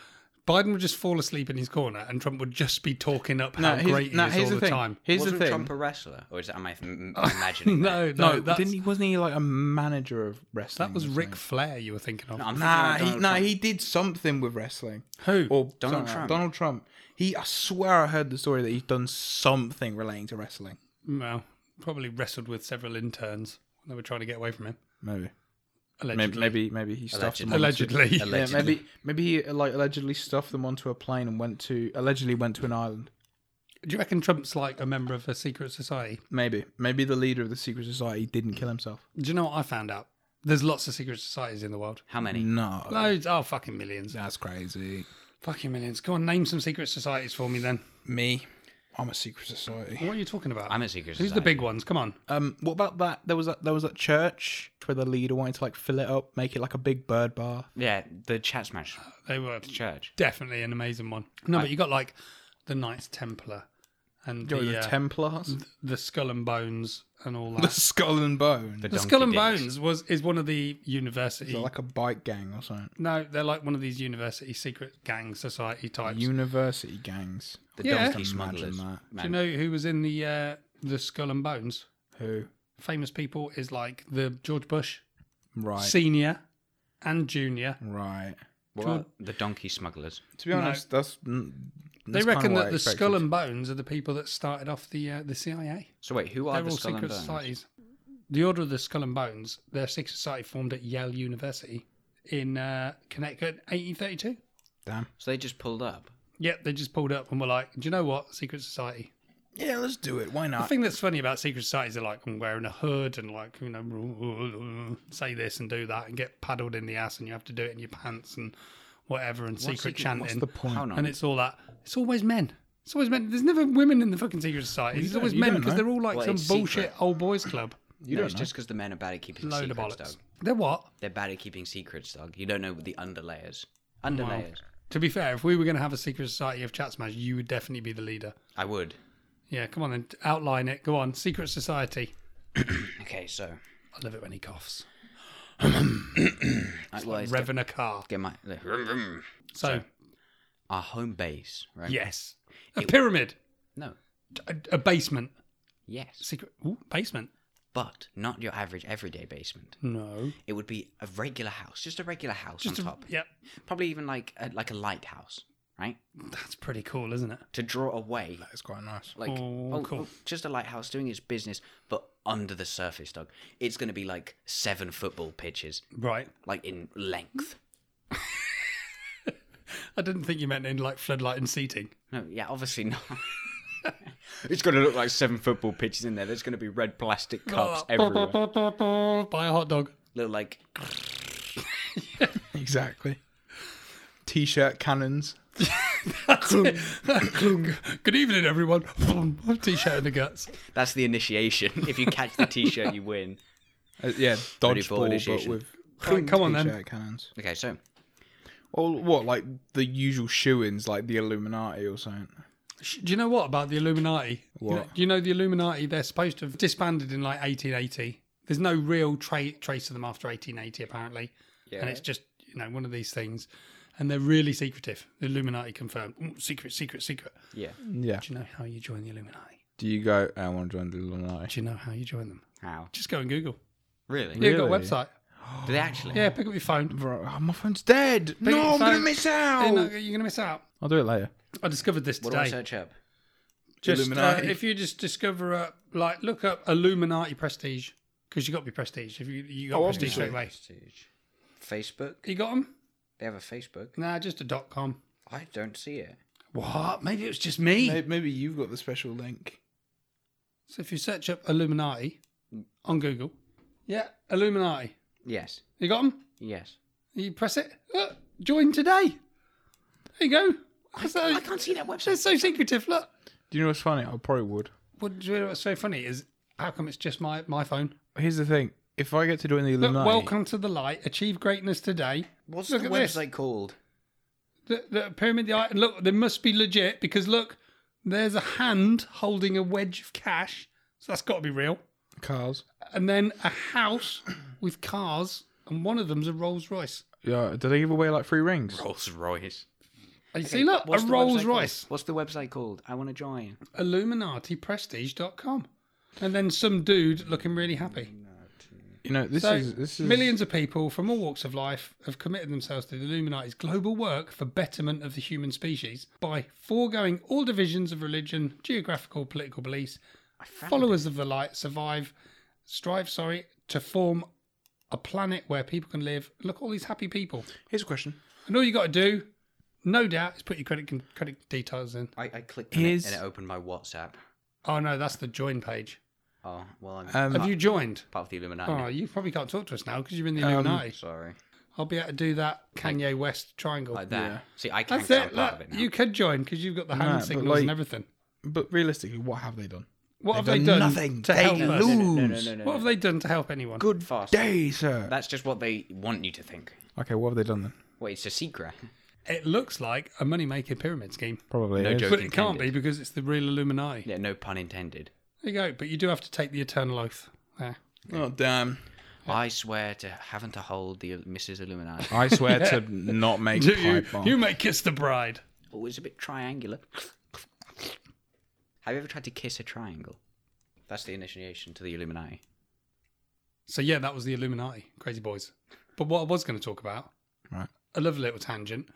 [SPEAKER 1] Biden would just fall asleep in his corner, and Trump would just be talking up how
[SPEAKER 4] here's-
[SPEAKER 1] great he
[SPEAKER 4] no,
[SPEAKER 1] is
[SPEAKER 4] here's
[SPEAKER 1] all the,
[SPEAKER 4] thing.
[SPEAKER 1] time.
[SPEAKER 4] Here's
[SPEAKER 5] wasn't
[SPEAKER 4] the thing.
[SPEAKER 5] Trump a wrestler, or is that am I m- m- imagining? that?
[SPEAKER 1] No, no,
[SPEAKER 4] no,
[SPEAKER 1] that's,
[SPEAKER 4] didn't he? Wasn't he like a manager of wrestling?
[SPEAKER 1] that was
[SPEAKER 4] or something?
[SPEAKER 1] Ric Flair you were thinking of.
[SPEAKER 5] I'm thinking
[SPEAKER 4] Nah,
[SPEAKER 5] of
[SPEAKER 4] he,
[SPEAKER 5] Donald
[SPEAKER 4] nah,
[SPEAKER 5] Trump.
[SPEAKER 4] he did something with wrestling.
[SPEAKER 1] Who?
[SPEAKER 4] Or
[SPEAKER 5] Donald
[SPEAKER 4] something like that.
[SPEAKER 5] Trump.
[SPEAKER 4] Donald Trump. He, I swear, I heard the story that he's done something relating to wrestling.
[SPEAKER 1] Well, probably wrestled with several interns when they were trying to get away from him.
[SPEAKER 4] Maybe, maybe,
[SPEAKER 1] Allegedly.
[SPEAKER 4] maybe, maybe he stuffed them. Onto,
[SPEAKER 1] Allegedly.
[SPEAKER 4] yeah, maybe, maybe he like allegedly stuffed them onto a plane and went to allegedly went to an island.
[SPEAKER 1] Do you reckon Trump's like a member of a secret society?
[SPEAKER 4] Maybe, maybe the leader of the secret society didn't kill himself.
[SPEAKER 1] Do you know what I found out? There's lots of secret societies in the world.
[SPEAKER 5] How many?
[SPEAKER 4] No,
[SPEAKER 1] Loads. Oh, fucking millions.
[SPEAKER 4] that's crazy.
[SPEAKER 1] Fucking millions. Go on, name some secret societies for me then.
[SPEAKER 4] Me, I'm a secret society.
[SPEAKER 1] What are you talking about?
[SPEAKER 5] I'm a secret
[SPEAKER 1] Who's the
[SPEAKER 5] society.
[SPEAKER 1] big ones? Come on.
[SPEAKER 4] Um, what about that? There was that. There was that church where the leader wanted to like fill it up, make it like a big bird bath.
[SPEAKER 5] Yeah, the chat smash
[SPEAKER 1] They were
[SPEAKER 5] church.
[SPEAKER 1] definitely an amazing one. No, but you got like the Knights Templar and
[SPEAKER 4] Or
[SPEAKER 1] the,
[SPEAKER 4] the
[SPEAKER 1] uh,
[SPEAKER 4] Templars.
[SPEAKER 1] the Skull and Bones and all
[SPEAKER 4] The
[SPEAKER 1] that.
[SPEAKER 4] Skull and Bone.
[SPEAKER 1] The Skull and
[SPEAKER 5] Donkey Dicks.
[SPEAKER 1] Bones was is one of the university.
[SPEAKER 4] They're like a bike gang or something.
[SPEAKER 1] no, they're like one of these university secret gang society types.
[SPEAKER 4] University gangs.
[SPEAKER 5] The
[SPEAKER 1] Yeah.
[SPEAKER 5] donkey smugglers.
[SPEAKER 4] Imagine that.
[SPEAKER 1] Do you know who was in the uh, the Skull and Bones?
[SPEAKER 4] Who?
[SPEAKER 1] Famous people is like the George Bush
[SPEAKER 4] Right.
[SPEAKER 1] senior and junior.
[SPEAKER 4] Right.
[SPEAKER 5] What about the donkey smugglers.
[SPEAKER 4] To be honest, that's. mm,
[SPEAKER 1] They
[SPEAKER 4] that's
[SPEAKER 1] reckon
[SPEAKER 4] kinda what
[SPEAKER 1] that
[SPEAKER 4] I
[SPEAKER 1] the
[SPEAKER 4] expected.
[SPEAKER 1] Skull and Bones are the people that started off the uh, the CIA.
[SPEAKER 5] So wait, who are
[SPEAKER 1] They're
[SPEAKER 5] the
[SPEAKER 1] all
[SPEAKER 5] skull and
[SPEAKER 1] secret
[SPEAKER 5] bones?
[SPEAKER 1] societies. The Order of the Skull and Bones, their secret society formed at Yale University in uh, Connecticut, 1832.
[SPEAKER 4] Damn.
[SPEAKER 5] So they just pulled up.
[SPEAKER 1] Yep, they just pulled up and were like, "Do you know what? Secret society."
[SPEAKER 4] Yeah, let's do it. Why
[SPEAKER 1] The
[SPEAKER 4] not?
[SPEAKER 1] thing that's funny about secret societies are like I'm wearing a hood and like you know say this and do that and get paddled in the ass and you have to do it in your pants and whatever and secret
[SPEAKER 5] secret-
[SPEAKER 1] chanting.
[SPEAKER 5] what's
[SPEAKER 4] the point?
[SPEAKER 5] How not?
[SPEAKER 1] And it's all that. It's always men. It's always men. There's never women in the fucking secret societies.
[SPEAKER 4] you
[SPEAKER 1] it's
[SPEAKER 4] don't-
[SPEAKER 1] always
[SPEAKER 4] you
[SPEAKER 1] men
[SPEAKER 4] don't
[SPEAKER 1] because
[SPEAKER 4] know.
[SPEAKER 1] they're all like
[SPEAKER 5] Well,
[SPEAKER 1] some
[SPEAKER 5] it's
[SPEAKER 1] bullshit
[SPEAKER 5] secret.
[SPEAKER 1] old boys club.
[SPEAKER 4] You
[SPEAKER 5] no,
[SPEAKER 4] don't
[SPEAKER 5] it's
[SPEAKER 4] know.
[SPEAKER 5] just because the men are bad at keeping
[SPEAKER 1] Load of
[SPEAKER 5] secrets,
[SPEAKER 1] bollocks.
[SPEAKER 5] Doug.
[SPEAKER 1] They're what?
[SPEAKER 5] They're bad at keeping secrets, Doug. You don't know the underlayers. Underlayers.
[SPEAKER 1] To be fair, if we were going to have a secret society of chat smash, you would definitely be the leader.
[SPEAKER 5] I would.
[SPEAKER 1] Yeah, come on then, outline it. Go on, secret society.
[SPEAKER 5] Okay, so
[SPEAKER 1] I love it when he coughs.
[SPEAKER 5] I, well, it's
[SPEAKER 1] Revving a car.
[SPEAKER 5] get my the-
[SPEAKER 1] So
[SPEAKER 5] our home base, right?
[SPEAKER 1] yes, a pyramid,
[SPEAKER 5] No.
[SPEAKER 1] a, a basement,
[SPEAKER 5] Yes.
[SPEAKER 1] secret ooh, basement.
[SPEAKER 5] But not your average everyday basement.
[SPEAKER 1] No,
[SPEAKER 5] It would be a regular house, just a regular house
[SPEAKER 1] just a,
[SPEAKER 5] on top.
[SPEAKER 1] yep.
[SPEAKER 5] Probably even like a, like a lighthouse, right?
[SPEAKER 1] That's pretty cool, isn't it?
[SPEAKER 5] To draw away
[SPEAKER 4] That's quite nice.
[SPEAKER 5] like
[SPEAKER 1] Oh,
[SPEAKER 5] oh,
[SPEAKER 1] cool.
[SPEAKER 5] oh, just a lighthouse doing its business, but under the surface, dog. It's going to be like seven football pitches,
[SPEAKER 1] Right.
[SPEAKER 5] like in length.
[SPEAKER 1] I didn't think you meant in like floodlight and seating.
[SPEAKER 5] No, yeah, obviously not. it's going to look like seven football pitches in there. There's going to be red plastic cups everywhere.
[SPEAKER 1] Buy a hot dog.
[SPEAKER 5] Look like
[SPEAKER 4] Exactly. T-shirt cannons.
[SPEAKER 1] Good evening, everyone. T-shirt in the guts.
[SPEAKER 5] that's the initiation. If you catch the T-shirt, you win.
[SPEAKER 4] Uh, yeah,
[SPEAKER 5] ball
[SPEAKER 4] dodgeball, but
[SPEAKER 5] initiation.
[SPEAKER 4] with
[SPEAKER 1] Right, come on then.
[SPEAKER 4] T-shirt cannons.
[SPEAKER 5] Okay, so
[SPEAKER 4] Or what? Like the usual shoe-ins, like the Illuminati or something.
[SPEAKER 1] Sh- Do you know what about the Illuminati? You know-
[SPEAKER 4] What?
[SPEAKER 1] do you know the Illuminati? They're supposed to have disbanded in like 1880. There's no real tra- trace of them after 1880, apparently. And it's just, you know, one of these things. And they're really secretive. The Illuminati confirmed. Mm, secret, secret, secret.
[SPEAKER 5] yeah,
[SPEAKER 4] Yeah.
[SPEAKER 1] Do you know how you join the Illuminati?
[SPEAKER 4] Do you go? I want to join the Illuminati.
[SPEAKER 1] Do you know how you join them?
[SPEAKER 5] how
[SPEAKER 1] Just go and Google.
[SPEAKER 5] really?
[SPEAKER 1] Yeah, got a
[SPEAKER 4] Really?
[SPEAKER 1] website.
[SPEAKER 5] Do they actually?
[SPEAKER 1] Yeah, pick up your phone.
[SPEAKER 4] Bro, oh, my phone's dead.
[SPEAKER 1] Pick
[SPEAKER 4] no,
[SPEAKER 1] up your
[SPEAKER 4] I'm gonna
[SPEAKER 1] phone.
[SPEAKER 4] miss
[SPEAKER 1] You're,
[SPEAKER 4] out.
[SPEAKER 1] not- you're gonna miss out.
[SPEAKER 4] I'll do it later.
[SPEAKER 1] I discovered this
[SPEAKER 5] What
[SPEAKER 1] today.
[SPEAKER 5] do I search up?
[SPEAKER 1] Just uh,
[SPEAKER 4] Illuminati.
[SPEAKER 1] if you just discover uh, like look up Illuminati prestige because you got to be prestige. If you you got
[SPEAKER 4] Oh,
[SPEAKER 1] prestige
[SPEAKER 4] obviously.
[SPEAKER 1] straight away,
[SPEAKER 5] Facebook?
[SPEAKER 1] you got them.
[SPEAKER 5] They have a Facebook.
[SPEAKER 1] Nah, just a dot com.
[SPEAKER 5] I don't see it.
[SPEAKER 1] What? Maybe it was just me.
[SPEAKER 4] Maybe, maybe you've got the special link.
[SPEAKER 1] So if you search up Illuminati
[SPEAKER 5] Mm.
[SPEAKER 1] on Google, yeah, Illuminati.
[SPEAKER 5] Yes.
[SPEAKER 1] You got them.
[SPEAKER 5] Yes.
[SPEAKER 1] You press it. Look, join today. There you go. So-
[SPEAKER 5] I can't see that
[SPEAKER 1] They're
[SPEAKER 5] website.
[SPEAKER 1] so secretive. Look.
[SPEAKER 4] Do you know what's funny? I probably would.
[SPEAKER 1] What, do you know what's so funny is how come it's just my my phone?
[SPEAKER 4] Here's the thing: if I get to join the
[SPEAKER 1] Look,
[SPEAKER 4] Illuminati,
[SPEAKER 1] welcome to the light. Achieve greatness today.
[SPEAKER 5] What's
[SPEAKER 1] Look
[SPEAKER 5] the
[SPEAKER 1] at this.
[SPEAKER 5] website called?
[SPEAKER 1] the, the pyramid, the item. Look, they must be legit because look, there's a hand holding a wedge of cash, so that's got to be real.
[SPEAKER 4] cars.
[SPEAKER 1] And then a house with cars, and one of them's a Rolls Royce.
[SPEAKER 4] Yeah, did they give away like free rings?
[SPEAKER 5] Rolls Royce.
[SPEAKER 1] And you see, look, a Rolls Royce,
[SPEAKER 5] What's the website called? I want to join.
[SPEAKER 1] IlluminatiPrestige.com, and then some dude looking really happy.
[SPEAKER 4] You know, this
[SPEAKER 1] So
[SPEAKER 4] is this is
[SPEAKER 1] millions of people from all walks of life have committed themselves to the Illuminati's global work for betterment of the human species by foregoing all divisions of religion, geographical, political beliefs. Followers of the light survive, strive, sorry, to form a planet where people can live. Look, at all these happy people,
[SPEAKER 4] Here's a question.
[SPEAKER 1] and all you got to do, no doubt, is put your credit credit details in.
[SPEAKER 5] I, I clicked on it
[SPEAKER 4] Is-
[SPEAKER 5] and it opened my WhatsApp.
[SPEAKER 1] Oh no, that's the join page.
[SPEAKER 5] Oh, well, I'm
[SPEAKER 4] Um,
[SPEAKER 1] Have you joined?
[SPEAKER 5] part of the Illuminati.
[SPEAKER 1] Oh, you probably can't talk to us now because you're in the
[SPEAKER 4] Um,
[SPEAKER 1] Illuminati.
[SPEAKER 5] Sorry.
[SPEAKER 1] I'll be able to do that Kanye West triangle.
[SPEAKER 5] Like that.
[SPEAKER 4] Yeah.
[SPEAKER 5] See, I can't
[SPEAKER 1] Oh, That's
[SPEAKER 5] get
[SPEAKER 1] it.
[SPEAKER 5] part
[SPEAKER 1] Look,
[SPEAKER 5] of it now.
[SPEAKER 1] you could join because you've got the hand
[SPEAKER 4] Nah, but
[SPEAKER 1] signals
[SPEAKER 4] like-
[SPEAKER 1] and everything.
[SPEAKER 4] But realistically, what have they done?
[SPEAKER 1] What have
[SPEAKER 4] They've
[SPEAKER 1] they
[SPEAKER 4] done
[SPEAKER 1] done
[SPEAKER 4] nothing.
[SPEAKER 1] to
[SPEAKER 4] They
[SPEAKER 1] help us?
[SPEAKER 4] lose.
[SPEAKER 5] No, no, no, no, no.
[SPEAKER 1] What have they done to help anyone?
[SPEAKER 5] Good fast.
[SPEAKER 4] Day, sir.
[SPEAKER 5] That's just what they want you to think.
[SPEAKER 4] Okay, what have they done then?
[SPEAKER 5] Wait, it's a secret.
[SPEAKER 1] It looks like a money-making pyramid scheme,
[SPEAKER 4] Probably
[SPEAKER 5] No
[SPEAKER 4] is.
[SPEAKER 5] joke.
[SPEAKER 1] but it can't be
[SPEAKER 5] intended.
[SPEAKER 1] because it's the real Illuminati.
[SPEAKER 5] Yeah, no pun intended.
[SPEAKER 1] There you go. But you do have to take the eternal oath. There.
[SPEAKER 4] Oh damn!
[SPEAKER 5] I swear to having to hold the Mrs. Illuminati.
[SPEAKER 4] I swear to not make
[SPEAKER 1] Do you?
[SPEAKER 4] pipe bomb.
[SPEAKER 1] You may kiss the bride.
[SPEAKER 5] Oh, it's a bit triangular. Have you ever tried to kiss a triangle? That's the initiation to the Illuminati.
[SPEAKER 1] So yeah, that was the Illuminati, crazy boys. But what I was going to talk about,
[SPEAKER 4] Right.
[SPEAKER 1] a lovely little tangent,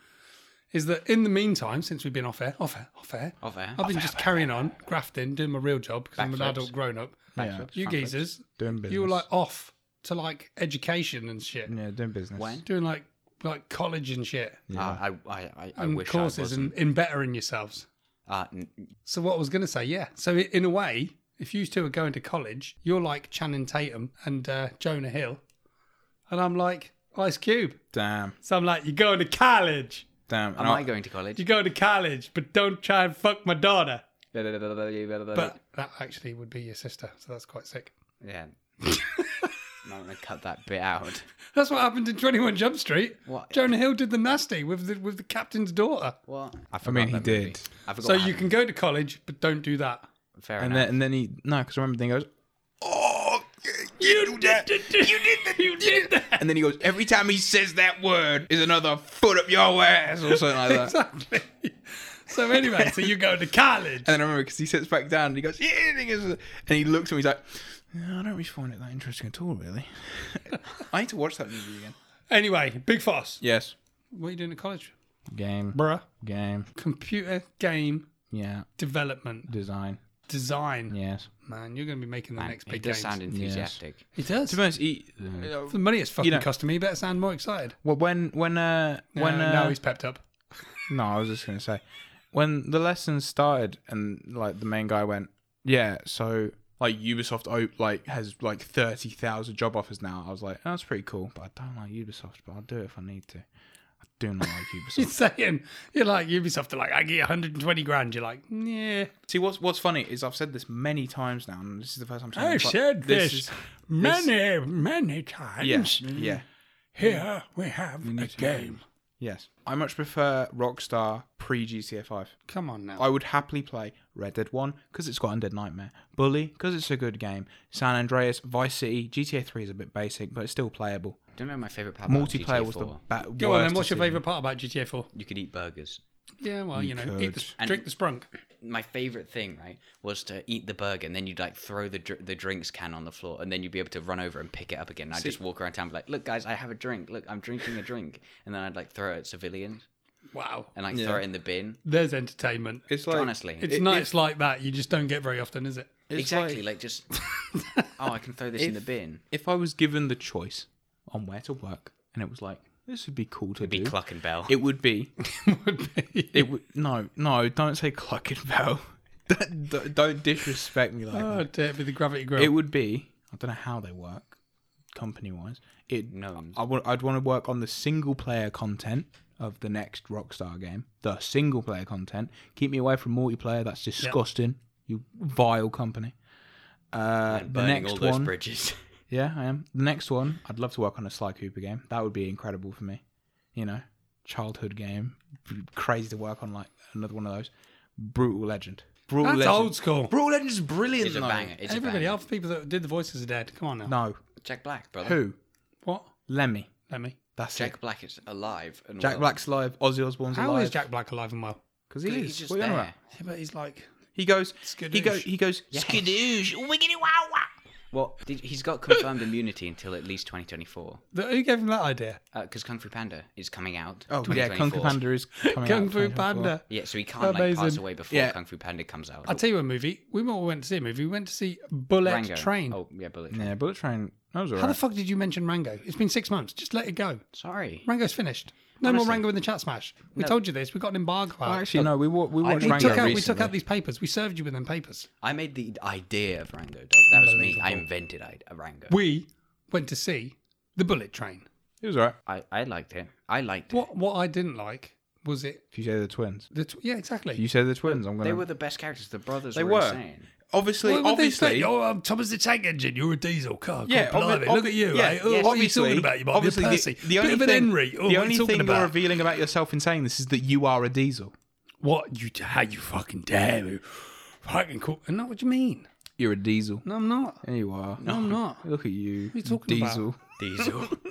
[SPEAKER 1] is that in the meantime, since we've been off air, off air, off air,
[SPEAKER 5] Oh, Off air.
[SPEAKER 1] I've been just carrying on, grafting, doing my real job because I'm an
[SPEAKER 5] Backflips.
[SPEAKER 1] adult grown up.
[SPEAKER 4] yeah,
[SPEAKER 1] You
[SPEAKER 5] Front
[SPEAKER 1] geezers,
[SPEAKER 4] doing business.
[SPEAKER 1] you were like off to like education and shit,
[SPEAKER 4] yeah, doing business.
[SPEAKER 5] When?
[SPEAKER 1] doing like like college and shit,
[SPEAKER 5] Uh, I, I, I, I
[SPEAKER 1] and
[SPEAKER 5] wish I
[SPEAKER 1] courses
[SPEAKER 5] wasn't.
[SPEAKER 1] and in bettering yourselves.
[SPEAKER 5] Uh, n-
[SPEAKER 1] So what I was going to say, yeah. So i- in a way, if you two are going to college, you're like Channing Tatum and uh, Jonah Hill, and I'm like Ice Cube.
[SPEAKER 4] Damn,
[SPEAKER 1] So I'm like, you're going to college.
[SPEAKER 4] damn.
[SPEAKER 5] am
[SPEAKER 4] And
[SPEAKER 5] I going to college?
[SPEAKER 1] You're going to college, but don't try and fuck my daughter.
[SPEAKER 5] But
[SPEAKER 1] But that actually would be your sister, so that's quite sick.
[SPEAKER 5] yeah. I'm not gonna cut that bit out.
[SPEAKER 1] That's what happened in 21 Jump Street.
[SPEAKER 5] What?
[SPEAKER 1] Jonah Hill did the nasty with the with the captain's daughter.
[SPEAKER 5] What?
[SPEAKER 4] I mean, he did.
[SPEAKER 5] I forgot.
[SPEAKER 1] So you can go to college, but don't do that.
[SPEAKER 5] Fair
[SPEAKER 4] And
[SPEAKER 5] enough.
[SPEAKER 4] then and then he no, because remember then he goes, "Oh,
[SPEAKER 1] You did, you did that. You did that.
[SPEAKER 4] and then he goes. Every time he says that word, is another foot up your ass or something like that.
[SPEAKER 1] Exactly. So anyway, so you go to college.
[SPEAKER 4] And then I remember because he sits back down and he goes, yeah, and he, goes, and he looks at me, he's like, "No, I don't really find it that interesting at all, really. I need to watch that movie again.
[SPEAKER 1] Anyway, Big Foss.
[SPEAKER 4] Yes.
[SPEAKER 1] What are you doing at college?
[SPEAKER 4] Game.
[SPEAKER 1] Bruh.
[SPEAKER 4] Game.
[SPEAKER 1] Computer game
[SPEAKER 4] Yeah.
[SPEAKER 1] development.
[SPEAKER 4] Design.
[SPEAKER 1] design.
[SPEAKER 4] Yes.
[SPEAKER 1] Man, you're going to be making the
[SPEAKER 5] Man,
[SPEAKER 1] next
[SPEAKER 5] it
[SPEAKER 1] big
[SPEAKER 5] does
[SPEAKER 1] games.
[SPEAKER 5] sound enthusiastic.
[SPEAKER 1] It does.
[SPEAKER 4] To be honest, he,
[SPEAKER 1] For the money it's fucking
[SPEAKER 4] You know-
[SPEAKER 1] costing me, you better sound more excited.
[SPEAKER 4] well, when when uh when
[SPEAKER 1] When
[SPEAKER 4] uh,
[SPEAKER 1] now he's pepped up.
[SPEAKER 4] No, I was just gonna say, when the lesson started and like the main guy went, yeah, so like Ubisoft op- like has like thirty thousand job offers now. I was like, oh, that's pretty cool, but I don't like Ubisoft, but I'll do it if I need to. I do not like
[SPEAKER 1] You're
[SPEAKER 4] Ubisoft.
[SPEAKER 1] saying you're like Ubisoft are like, I get you 120 grand. You're like, yeah.
[SPEAKER 4] See, what's what's funny is I've said this many times now, and this is the first time. I'm saying
[SPEAKER 1] I
[SPEAKER 4] it, but
[SPEAKER 1] said this,
[SPEAKER 4] is-
[SPEAKER 1] many, many times.
[SPEAKER 4] Yes, yeah,
[SPEAKER 1] Here we have a game.
[SPEAKER 4] yes. I much prefer Rockstar pre GTA Five.
[SPEAKER 1] Come on now.
[SPEAKER 4] I would happily play Red Dead 1 because it's got Undead Nightmare, Bully because it's a good game, San Andreas, Vice City, GTA 3 is a bit basic but it's still playable.
[SPEAKER 5] Don't know my favorite part. about
[SPEAKER 4] Multiplayer
[SPEAKER 5] GTA
[SPEAKER 4] was
[SPEAKER 5] 4.
[SPEAKER 4] the
[SPEAKER 1] Go on
[SPEAKER 4] ba- worst
[SPEAKER 1] then. What's your
[SPEAKER 4] decision.
[SPEAKER 1] favourite part about GTA 4?
[SPEAKER 5] You could eat burgers.
[SPEAKER 1] Yeah, well, you, know, eat the,
[SPEAKER 5] And-
[SPEAKER 1] drink the sprunk.
[SPEAKER 5] My favorite thing, right, was to eat the burger and then you'd like throw the dr- the drinks can on the floor and then you'd be able to run over and pick it up again. And I'd just walk around town and be like, "Look, guys, I have a drink. Look, I'm drinking a drink." And then I'd like throw it at civilians
[SPEAKER 1] Wow.
[SPEAKER 5] and like throw it in the bin.
[SPEAKER 1] There's entertainment.
[SPEAKER 4] It's like
[SPEAKER 5] Honestly,
[SPEAKER 1] It's nights like that you just don't get very often, is it?
[SPEAKER 4] it's
[SPEAKER 5] exactly
[SPEAKER 4] like
[SPEAKER 5] like, just. oh, I can throw this in the
[SPEAKER 4] If-
[SPEAKER 5] bin.
[SPEAKER 4] if I was given the choice on where to work and it was like this would be cool to
[SPEAKER 5] It'd be
[SPEAKER 4] do.
[SPEAKER 5] Cluck and Bell.
[SPEAKER 4] it would be
[SPEAKER 1] Would be.
[SPEAKER 4] it would no no don't say cluck and bell Don't- don't, don't disrespect me like
[SPEAKER 1] Oh,
[SPEAKER 4] that.
[SPEAKER 1] dear, with the gravity grill.
[SPEAKER 4] it would be I don't know how they work company wise it
[SPEAKER 5] no one's.
[SPEAKER 4] I would, I'd want to work on the single player content of the next Rockstar game. The single player content. Keep me away from multiplayer. That's disgusting. You vile company. Uh, the
[SPEAKER 5] burning
[SPEAKER 4] next
[SPEAKER 5] all those
[SPEAKER 4] one.
[SPEAKER 5] bridges.
[SPEAKER 4] Yeah, I am. The next one. I'd love to work on a Sly Cooper game. That would be incredible for me. You know, childhood game. B- Crazy to work on like another one of those. Brutal Legend. Brutal
[SPEAKER 1] That's
[SPEAKER 4] Legend.
[SPEAKER 1] old school.
[SPEAKER 4] Brutal Legend is brilliant.
[SPEAKER 5] It's a
[SPEAKER 4] though.
[SPEAKER 5] banger. It's
[SPEAKER 1] Everybody,
[SPEAKER 5] a banger.
[SPEAKER 1] half the people that did the voices are dead. Come on now.
[SPEAKER 4] No.
[SPEAKER 5] Jack Black, brother.
[SPEAKER 4] Who?
[SPEAKER 1] What?
[SPEAKER 4] Lemmy.
[SPEAKER 1] Let me.
[SPEAKER 4] That's it.
[SPEAKER 5] Jack Black is alive. And
[SPEAKER 4] Jack
[SPEAKER 5] well.
[SPEAKER 4] Black's live. Ozzy Osbourne's
[SPEAKER 1] How
[SPEAKER 4] alive.
[SPEAKER 1] is Jack Black alive and well?
[SPEAKER 4] Because he
[SPEAKER 5] He's
[SPEAKER 4] is.
[SPEAKER 5] just
[SPEAKER 4] What are you on
[SPEAKER 5] there.
[SPEAKER 4] about?
[SPEAKER 1] Yeah, but he's like,
[SPEAKER 4] He goes. He
[SPEAKER 1] Skadoosh.
[SPEAKER 4] goes. He goes.
[SPEAKER 5] Skadoosh, wiggity wow wow. Well, did, he's got confirmed immunity until at least 2024
[SPEAKER 1] the, who gave him that idea?
[SPEAKER 5] because Kung Fu Panda is coming out.
[SPEAKER 4] Oh yeah,
[SPEAKER 5] 2024.
[SPEAKER 4] Kung Fu Panda is coming out.
[SPEAKER 1] Kung Fu
[SPEAKER 4] 2024.
[SPEAKER 1] Panda.
[SPEAKER 5] Yeah, so he can't like pass
[SPEAKER 1] Amazing.
[SPEAKER 5] away before
[SPEAKER 4] Yeah.
[SPEAKER 5] Kung Fu Panda comes out.
[SPEAKER 1] I'll tell you a movie. We all went to see a movie. We went to see Bullet
[SPEAKER 5] Rango.
[SPEAKER 1] Train.
[SPEAKER 5] Oh yeah, Bullet Train.
[SPEAKER 4] Yeah, Bullet Train. That was
[SPEAKER 1] How the
[SPEAKER 4] alright.
[SPEAKER 1] fuck did you mention Rango? It's been six months. Just let it go.
[SPEAKER 5] Sorry.
[SPEAKER 1] Rango's finished. No more
[SPEAKER 5] Honestly.
[SPEAKER 1] Rango in the chat smash. We told you this. We got an embargo out.
[SPEAKER 4] Well, actually, no. We wa- we
[SPEAKER 5] I
[SPEAKER 4] watched
[SPEAKER 5] made-
[SPEAKER 1] we,
[SPEAKER 4] Rango
[SPEAKER 1] took out, we
[SPEAKER 4] recently.
[SPEAKER 1] took out these papers. We served you with them papers.
[SPEAKER 5] I made the idea of Rango. Doug. That was me. I invented I- a Rango.
[SPEAKER 1] We went to see The Bullet Train.
[SPEAKER 4] It was alright.
[SPEAKER 5] I, I liked it. I liked it.
[SPEAKER 1] What what I didn't like was it.
[SPEAKER 4] If you say the twins,
[SPEAKER 1] The tw- yeah, exactly.
[SPEAKER 4] if you say the twins, I'm gonna.
[SPEAKER 5] They were the best characters. The brothers
[SPEAKER 4] They
[SPEAKER 5] were,
[SPEAKER 4] were.
[SPEAKER 5] insane.
[SPEAKER 4] obviously,
[SPEAKER 1] What would they say?
[SPEAKER 4] obviously.
[SPEAKER 1] You're um, Thomas the Tank Engine. You're a diesel car.
[SPEAKER 4] Yeah,
[SPEAKER 1] Yeah,
[SPEAKER 4] obvi-
[SPEAKER 1] look at you.
[SPEAKER 4] yeah,
[SPEAKER 1] eh? Oh,
[SPEAKER 4] yes,
[SPEAKER 1] what are you
[SPEAKER 4] obviously-
[SPEAKER 1] talking about? You might
[SPEAKER 4] obviously
[SPEAKER 1] be a
[SPEAKER 4] the-
[SPEAKER 1] Percy.
[SPEAKER 4] The,
[SPEAKER 1] Bit
[SPEAKER 4] only
[SPEAKER 1] of an
[SPEAKER 4] thing,
[SPEAKER 1] Henry. Oh,
[SPEAKER 4] the
[SPEAKER 1] what are
[SPEAKER 4] only
[SPEAKER 1] you
[SPEAKER 4] thing
[SPEAKER 1] talking
[SPEAKER 4] you're
[SPEAKER 1] about?
[SPEAKER 4] revealing about yourself in saying this is that you are a diesel.
[SPEAKER 1] What you? How you fucking dare? You fucking cool. No, what do you mean?
[SPEAKER 4] You're a diesel.
[SPEAKER 1] No, I'm not.
[SPEAKER 4] Yeah, you are.
[SPEAKER 1] No, I'm not.
[SPEAKER 4] Look at you. What
[SPEAKER 1] are you talking about?
[SPEAKER 4] diesel.
[SPEAKER 5] Diesel.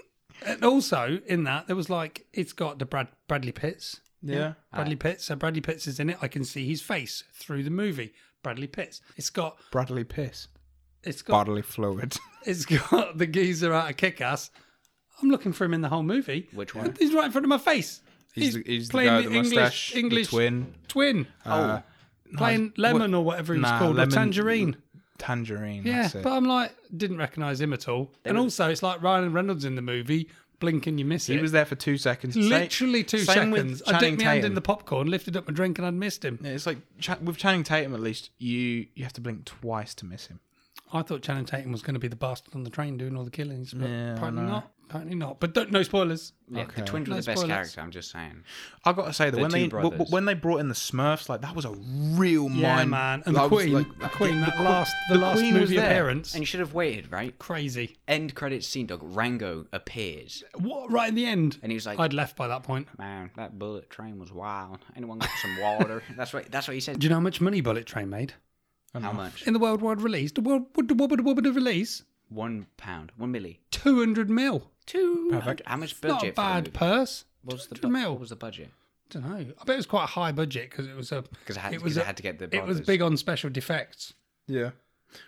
[SPEAKER 1] And also in that there was like it's got the Brad Bradley Pitts.
[SPEAKER 4] Yeah.
[SPEAKER 1] Bradley Pitts. So Bradley Pitts is in it. I can see his face through the movie. Bradley Pitts. It's got.
[SPEAKER 4] Bradley piss.
[SPEAKER 1] It's got.
[SPEAKER 4] Bodily fluid.
[SPEAKER 1] It's got the geezer out of Kick Ass. I'm looking for him in the whole movie.
[SPEAKER 5] Which one?
[SPEAKER 1] He's right in front of my face.
[SPEAKER 4] He's, the, he's the guy with the mustache. the twin.
[SPEAKER 1] twin. Oh,
[SPEAKER 4] Uh,
[SPEAKER 1] playing lemon or whatever he was
[SPEAKER 4] Nah,
[SPEAKER 1] called,
[SPEAKER 4] Lemon-
[SPEAKER 1] or tangerine.
[SPEAKER 4] Tangerine.
[SPEAKER 1] Yeah,
[SPEAKER 4] that's it.
[SPEAKER 1] but I'm like, didn't recognise him at all. and also, it's like Ryan Reynolds in the movie, blink and you miss
[SPEAKER 4] He
[SPEAKER 1] it.
[SPEAKER 4] was there for two seconds. Same-
[SPEAKER 1] literally two
[SPEAKER 4] same with
[SPEAKER 1] seconds. I
[SPEAKER 4] Channing
[SPEAKER 1] dipped my hand in
[SPEAKER 4] Tatum.
[SPEAKER 1] the popcorn, lifted up my drink, and I'd missed him.
[SPEAKER 4] Yeah, It's like Cha- with Channing Tatum, at least you you have to blink twice to miss him.
[SPEAKER 1] I thought Channing Tatum was going to be the bastard on the train doing all the killings, but
[SPEAKER 4] Yeah, I
[SPEAKER 1] apparently
[SPEAKER 4] know.
[SPEAKER 1] not. Apparently not. But don't, no spoilers.
[SPEAKER 5] Yeah, The twins were
[SPEAKER 1] No
[SPEAKER 5] the best
[SPEAKER 1] spoilers.
[SPEAKER 5] character. I'm just saying.
[SPEAKER 4] I gotta say that
[SPEAKER 5] The
[SPEAKER 4] when they
[SPEAKER 5] two
[SPEAKER 4] w- w-
[SPEAKER 5] brothers.
[SPEAKER 4] when they brought in the Smurfs, like that was a real
[SPEAKER 1] Yeah,
[SPEAKER 4] mind.
[SPEAKER 1] man. And
[SPEAKER 4] I
[SPEAKER 1] the
[SPEAKER 4] was
[SPEAKER 1] Queen,
[SPEAKER 4] like-
[SPEAKER 1] the Queen,
[SPEAKER 4] yeah,
[SPEAKER 1] that
[SPEAKER 4] Queen-
[SPEAKER 1] last, the,
[SPEAKER 4] the
[SPEAKER 1] last
[SPEAKER 4] Queen was
[SPEAKER 1] movie
[SPEAKER 4] there.
[SPEAKER 1] appearance,
[SPEAKER 5] And you should have waited, right?
[SPEAKER 1] crazy.
[SPEAKER 5] End credits scene, dog. Rango appears.
[SPEAKER 1] What? Right in the end,
[SPEAKER 5] And he was like-
[SPEAKER 1] I'd left by that point.
[SPEAKER 5] Man, that bullet train was wild. Anyone got some water? that's what that's what he said.
[SPEAKER 1] Do you know how much money Bullet Train made?
[SPEAKER 5] How much?
[SPEAKER 1] in the worldwide release, the world would the wobbada wobbada release,
[SPEAKER 5] One pound. One milli.
[SPEAKER 1] two hundred mil.
[SPEAKER 5] Two. How much
[SPEAKER 1] Not a
[SPEAKER 5] budget? for the
[SPEAKER 1] bad
[SPEAKER 5] movie?
[SPEAKER 1] purse.
[SPEAKER 5] What was the
[SPEAKER 1] 200
[SPEAKER 5] bu-
[SPEAKER 1] mil.
[SPEAKER 5] What was the budget?
[SPEAKER 1] don't know. I bet it was quite a high budget because it was a
[SPEAKER 5] 'Cause I had-
[SPEAKER 1] it was
[SPEAKER 5] 'cause I
[SPEAKER 1] a-
[SPEAKER 5] had to get the
[SPEAKER 1] it was
[SPEAKER 5] brothers.
[SPEAKER 1] big on special defects.
[SPEAKER 4] Yeah.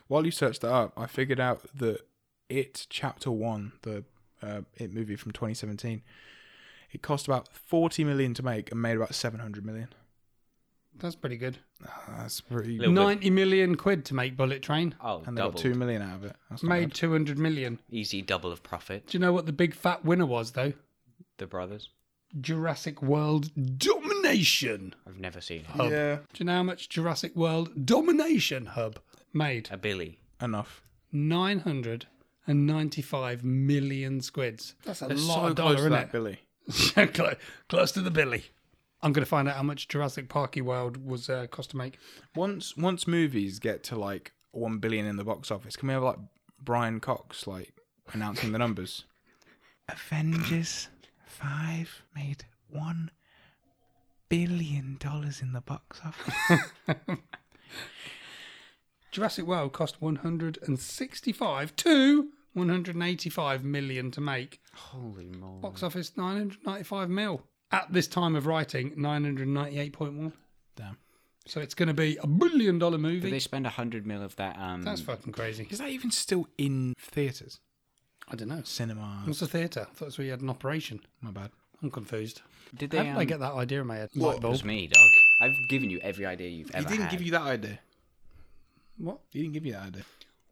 [SPEAKER 4] While you searched that up, I figured out that it chapter one, the uh, it movie from 2017, it cost about 40 million to make and made about 700 million.
[SPEAKER 1] That's pretty good.
[SPEAKER 4] That's pretty.
[SPEAKER 5] Little bit.
[SPEAKER 1] Ninety million quid to make Bullet Train.
[SPEAKER 5] Oh,
[SPEAKER 4] and they got
[SPEAKER 5] double.
[SPEAKER 4] two million out of it. That's not
[SPEAKER 1] Made
[SPEAKER 4] bad.
[SPEAKER 1] two hundred million.
[SPEAKER 5] Easy double of profit.
[SPEAKER 1] Do you know what the big fat winner was though?
[SPEAKER 5] The brothers.
[SPEAKER 1] Jurassic World Domination.
[SPEAKER 5] I've never seen it.
[SPEAKER 1] Hub.
[SPEAKER 4] Yeah,
[SPEAKER 1] Do you know how much Jurassic World Domination Hub made?
[SPEAKER 5] A Billy.
[SPEAKER 4] enough.
[SPEAKER 1] 995 million squids. That's a
[SPEAKER 4] They're
[SPEAKER 1] lot
[SPEAKER 4] so
[SPEAKER 1] of
[SPEAKER 4] close
[SPEAKER 1] dollar,
[SPEAKER 4] to
[SPEAKER 1] isn't
[SPEAKER 4] that
[SPEAKER 1] it?
[SPEAKER 4] Billy.
[SPEAKER 1] So close, close to the billy. I'm going to find out how much Jurassic Parky World was uh, cost to make.
[SPEAKER 4] Once once movies get to like one billion in the box office, can we have like Brian Cox like announcing the numbers? Avengers Five made one billion dollars in the box office.
[SPEAKER 1] Jurassic World cost 165 to 185 million to make.
[SPEAKER 5] Holy moly.
[SPEAKER 1] Box office 995 mil. At this time of writing, 998.1.
[SPEAKER 4] Damn.
[SPEAKER 1] So it's going to be a billion dollar
[SPEAKER 5] Did
[SPEAKER 1] movie.
[SPEAKER 5] they spend a hundred mil of that? Um,
[SPEAKER 1] That's fucking crazy.
[SPEAKER 4] Is that even still in theaters?
[SPEAKER 1] I don't know.
[SPEAKER 4] Cinemas.
[SPEAKER 1] What's a theatre? I thought it was where you had an operation.
[SPEAKER 4] My bad.
[SPEAKER 1] I'm confused.
[SPEAKER 5] Did they?
[SPEAKER 1] How did I
[SPEAKER 5] um,
[SPEAKER 1] get that idea in my head? Light
[SPEAKER 5] It was
[SPEAKER 1] bulb.
[SPEAKER 5] me, dog. I've given you every idea you've
[SPEAKER 4] He
[SPEAKER 5] ever
[SPEAKER 4] didn't
[SPEAKER 5] had.
[SPEAKER 4] give you that idea.
[SPEAKER 1] What?
[SPEAKER 4] He didn't give you that idea.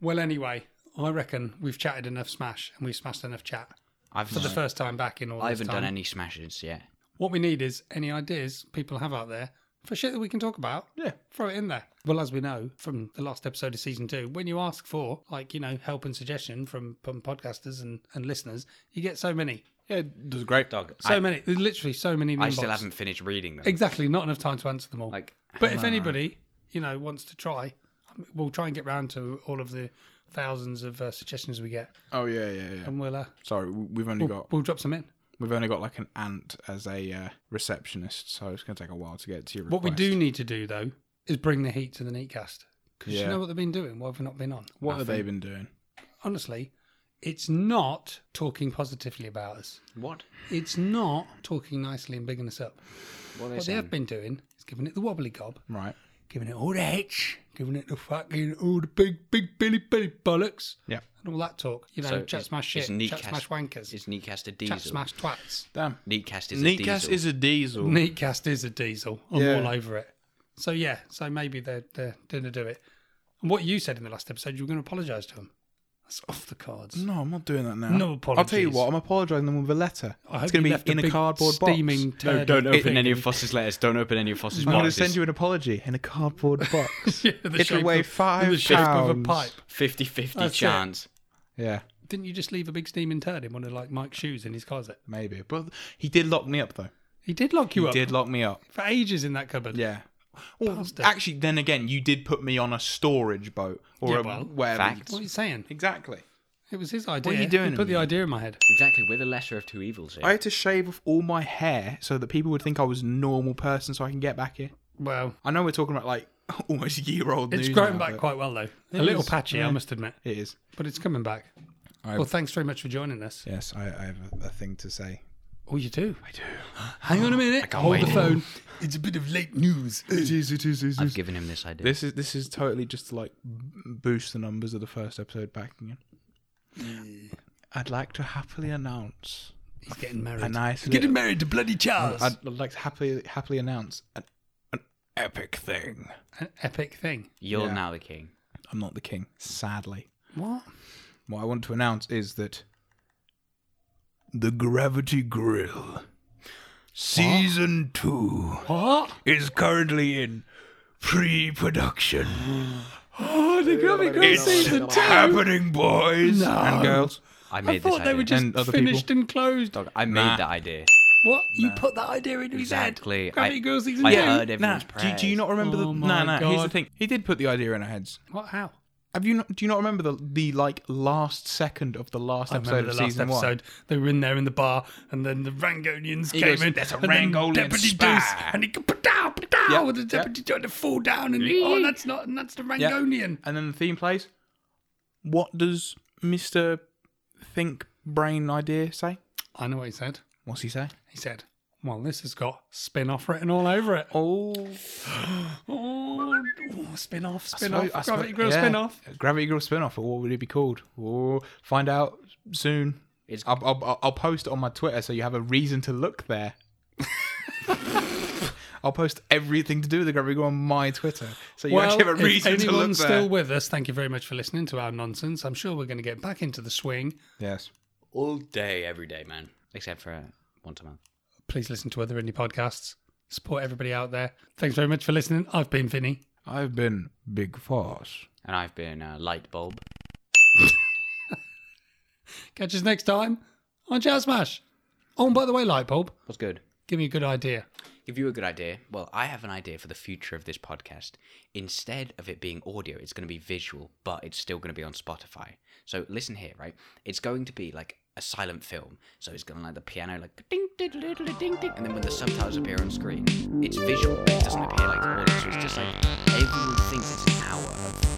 [SPEAKER 1] Well, anyway, I reckon we've chatted enough Smash and we've smashed enough chat
[SPEAKER 5] I've
[SPEAKER 1] for the first time back in all
[SPEAKER 5] I
[SPEAKER 1] this
[SPEAKER 5] haven't
[SPEAKER 1] time.
[SPEAKER 5] done any smashes yet.
[SPEAKER 1] What we need is any ideas people have out there for shit that we can talk about.
[SPEAKER 4] Yeah.
[SPEAKER 1] Throw it in there. Well, as we know from the last episode of season two, when you ask for, like, you know, help and suggestion from, from podcasters and, and listeners, you get so many.
[SPEAKER 4] Yeah, it does great.
[SPEAKER 5] Dog.
[SPEAKER 1] So
[SPEAKER 5] I,
[SPEAKER 1] many. There's literally so many. in the
[SPEAKER 5] I still
[SPEAKER 1] inbox.
[SPEAKER 5] haven't finished reading them.
[SPEAKER 1] Exactly. Not enough time to answer them all.
[SPEAKER 5] Like,
[SPEAKER 1] But if anybody, you know, wants to try, we'll try and get round to all of the thousands of uh, suggestions we get,
[SPEAKER 4] Oh yeah, yeah, yeah.
[SPEAKER 1] and we'll uh,
[SPEAKER 4] Sorry, we- we've only
[SPEAKER 1] we'll,
[SPEAKER 4] got
[SPEAKER 1] we'll drop some in.
[SPEAKER 4] we've only got like an ant as a uh, receptionist, so it's gonna take a while to get to your.
[SPEAKER 1] What we
[SPEAKER 4] request.
[SPEAKER 1] do need to do though is bring the heat to the neatcast because you
[SPEAKER 4] Yeah.
[SPEAKER 1] know what they've been doing while we've not been on.
[SPEAKER 4] What have they been doing?
[SPEAKER 1] Honestly, it's not talking positively about us.
[SPEAKER 5] what?
[SPEAKER 1] It's not talking nicely and bigging us up.
[SPEAKER 5] What are they
[SPEAKER 1] What they
[SPEAKER 5] saying?
[SPEAKER 1] have been doing is giving it the wobbly gob,
[SPEAKER 4] Right.
[SPEAKER 1] giving it all the hitch, giving it the fucking all the big big billy billy bollocks.
[SPEAKER 4] Yeah.
[SPEAKER 1] and all that talk. You know,
[SPEAKER 5] So
[SPEAKER 1] chat
[SPEAKER 5] is-
[SPEAKER 1] smash
[SPEAKER 5] is
[SPEAKER 1] shit, chat
[SPEAKER 5] Neatcast-
[SPEAKER 1] smash wankers,
[SPEAKER 5] Is Neatcast a diesel?
[SPEAKER 1] chat smash twats.
[SPEAKER 4] Damn.
[SPEAKER 5] Neatcast is a
[SPEAKER 4] Neatcast
[SPEAKER 5] diesel.
[SPEAKER 4] is a diesel.
[SPEAKER 1] Neatcast is a diesel. I'm
[SPEAKER 4] Yeah.
[SPEAKER 1] all over it. So yeah, so maybe they're they're gonna do it. And what you said in the last episode, you were going to apologise to them. That's off the cards.
[SPEAKER 4] no, I'm not doing that now.
[SPEAKER 1] No
[SPEAKER 4] I'll tell
[SPEAKER 1] apologies.
[SPEAKER 4] you what. I'm apologising with a letter.
[SPEAKER 1] I hope
[SPEAKER 4] it's gonna
[SPEAKER 1] you
[SPEAKER 4] be
[SPEAKER 1] left
[SPEAKER 4] in a,
[SPEAKER 1] big
[SPEAKER 4] cardboard
[SPEAKER 1] steaming
[SPEAKER 4] box.
[SPEAKER 1] Turd
[SPEAKER 4] no, don't
[SPEAKER 1] in
[SPEAKER 5] Don't
[SPEAKER 1] the
[SPEAKER 4] open
[SPEAKER 5] open
[SPEAKER 1] pig.
[SPEAKER 5] any of Foss's letters. Don't open any of Foss's
[SPEAKER 4] I'm gonna
[SPEAKER 5] boxes.
[SPEAKER 4] send you an apology in a cardboard box.
[SPEAKER 1] Yeah, the
[SPEAKER 4] It'll
[SPEAKER 1] shape
[SPEAKER 4] weigh
[SPEAKER 1] of-
[SPEAKER 4] five
[SPEAKER 1] the shape of a
[SPEAKER 4] pounds.
[SPEAKER 1] pipe.
[SPEAKER 5] 50-50
[SPEAKER 1] That's it.
[SPEAKER 5] chance.
[SPEAKER 4] yeah,
[SPEAKER 1] Didn't you just leave a big steaming turd in one of like Mike's shoes in his closet?
[SPEAKER 4] maybe. But he did lock me up though.
[SPEAKER 1] He did lock you
[SPEAKER 4] He
[SPEAKER 1] up
[SPEAKER 4] did lock me up.
[SPEAKER 1] for ages in that cupboard.
[SPEAKER 4] Yeah. Well,
[SPEAKER 1] Bastard.
[SPEAKER 4] actually, then again, you did put me on a storage boat or
[SPEAKER 1] Yeah,
[SPEAKER 4] a
[SPEAKER 1] well,
[SPEAKER 4] whatever.
[SPEAKER 5] fact.
[SPEAKER 1] What are you saying?
[SPEAKER 4] Exactly.
[SPEAKER 1] It was his idea.
[SPEAKER 4] are you
[SPEAKER 1] He
[SPEAKER 4] doing
[SPEAKER 1] put
[SPEAKER 4] to
[SPEAKER 1] the
[SPEAKER 4] me?
[SPEAKER 1] idea in my head.
[SPEAKER 5] Exactly. We're the lesser of two evils here.
[SPEAKER 4] I had to shave off all my hair so that people would think I was a normal person, so I can get back here.
[SPEAKER 1] Well,
[SPEAKER 4] I know we're talking about like almost a year old.
[SPEAKER 1] it's
[SPEAKER 4] news
[SPEAKER 1] grown
[SPEAKER 4] now,
[SPEAKER 1] back
[SPEAKER 4] but
[SPEAKER 1] quite well though. A little
[SPEAKER 4] is,
[SPEAKER 1] patchy, I
[SPEAKER 4] yeah.
[SPEAKER 1] must admit,
[SPEAKER 4] It is.
[SPEAKER 1] but it's coming back.
[SPEAKER 4] I-
[SPEAKER 1] Well, thanks very much for joining us.
[SPEAKER 4] Yes, I, I have a, a thing to say.
[SPEAKER 1] Oh, you do? I do. Hang on a minute. Hold the phone.
[SPEAKER 6] It's a bit of late news.
[SPEAKER 4] It is. It is. It
[SPEAKER 5] I've given him this idea.
[SPEAKER 4] This is this is totally just to like b- boost the numbers of the first episode back again. I'd like to happily announce
[SPEAKER 1] He's getting married.
[SPEAKER 4] a nice.
[SPEAKER 6] Getting
[SPEAKER 4] little-
[SPEAKER 6] married to bloody Charles.
[SPEAKER 4] I'd, I'd like to happily happily announce an, an epic thing.
[SPEAKER 1] An epic thing.
[SPEAKER 5] You're
[SPEAKER 4] Yeah.
[SPEAKER 5] now the king.
[SPEAKER 4] I'm not the king, sadly.
[SPEAKER 1] What?
[SPEAKER 4] What I want to announce is that the Gravity Grill season two
[SPEAKER 1] What?
[SPEAKER 4] is currently in pre-production.
[SPEAKER 1] Oh, the Gravity Girl season
[SPEAKER 4] It's
[SPEAKER 1] two.
[SPEAKER 4] happening, boys and girls.
[SPEAKER 5] I made
[SPEAKER 1] I thought
[SPEAKER 5] this
[SPEAKER 1] they
[SPEAKER 5] idea.
[SPEAKER 1] were just
[SPEAKER 4] And other
[SPEAKER 1] finished and closed.
[SPEAKER 5] Dog, I made
[SPEAKER 4] Nah.
[SPEAKER 5] that idea.
[SPEAKER 1] What? You put
[SPEAKER 6] that idea in his head.
[SPEAKER 5] Exactly.
[SPEAKER 1] Gravity
[SPEAKER 5] I,
[SPEAKER 1] Girl season
[SPEAKER 5] I
[SPEAKER 1] two.
[SPEAKER 5] heard everyone's
[SPEAKER 4] do, you- do you
[SPEAKER 5] prayers.
[SPEAKER 4] not remember the?
[SPEAKER 1] Oh my
[SPEAKER 4] Nah, nah. Here's the
[SPEAKER 1] God.
[SPEAKER 4] thing. He did put the idea in our heads.
[SPEAKER 1] what? How?
[SPEAKER 4] Have you? Not, do you not remember the the like last second of the last
[SPEAKER 1] I remember
[SPEAKER 4] episode
[SPEAKER 1] the
[SPEAKER 4] of
[SPEAKER 1] last
[SPEAKER 4] season
[SPEAKER 1] episode. They were in there in the bar, and then the Rangonians
[SPEAKER 4] He
[SPEAKER 1] came
[SPEAKER 4] goes,
[SPEAKER 1] in.
[SPEAKER 4] "That's a
[SPEAKER 1] and then
[SPEAKER 4] Rangolian
[SPEAKER 1] Deputy
[SPEAKER 4] spy."
[SPEAKER 1] Deuce, and he go pa-dow, pa-dow,
[SPEAKER 4] Yep,
[SPEAKER 1] and the
[SPEAKER 4] yep.
[SPEAKER 1] deputy tried to fall down, and he, oh, that's not, and that's the
[SPEAKER 4] Yep.
[SPEAKER 1] Rangonian.
[SPEAKER 4] one? And then the theme plays. What does Mister Think Brain Idea say?
[SPEAKER 1] I know what he said.
[SPEAKER 4] What's he say?
[SPEAKER 1] He said, "Well, this has got spin-off written all over it."
[SPEAKER 4] Oh,
[SPEAKER 1] Oh, oh, spin off, spin
[SPEAKER 4] suppose-
[SPEAKER 1] off,
[SPEAKER 4] I suppose-
[SPEAKER 1] Gravity Grill
[SPEAKER 4] yeah.
[SPEAKER 1] spin off.
[SPEAKER 4] Gravity Girl spin off. Or what would it be called? Or find out soon.
[SPEAKER 5] It's-
[SPEAKER 4] I'll, I'll, I'll- I'll post it on my Twitter so you have a reason to look there. I'll post everything to do with the Gravity Girl on my Twitter, so you actually have a
[SPEAKER 1] if
[SPEAKER 4] reason to look
[SPEAKER 1] anyone's
[SPEAKER 4] there.
[SPEAKER 1] still with us, thank you very much for listening to our nonsense. I'm sure we're going to get back into the swing.
[SPEAKER 4] yes.
[SPEAKER 5] all day, every day, man. Except for uh, once a month.
[SPEAKER 1] Please listen to other indie podcasts. Support everybody out there. Thanks very much for listening. I've been Vinny.
[SPEAKER 4] I've been Big Foss.
[SPEAKER 5] And I've been uh, light bulb.
[SPEAKER 1] Catch us next time on Jazz Smash. Oh, and by the way, Lightbulb,
[SPEAKER 5] What's good?
[SPEAKER 1] give me a good idea.
[SPEAKER 5] Give you a good idea. Well, I have an idea for the future of this podcast. Instead of it being audio, it's going to be visual, but it's still going to be on Spotify. So listen here, right? It's going to be like a silent film. So it's going to like the piano, like ding, ding, ding, ding, ding, ding, and then when the subtitles appear on screen, it's visual. It doesn't appear like audio, so it's just like everyone thinks it's an hour of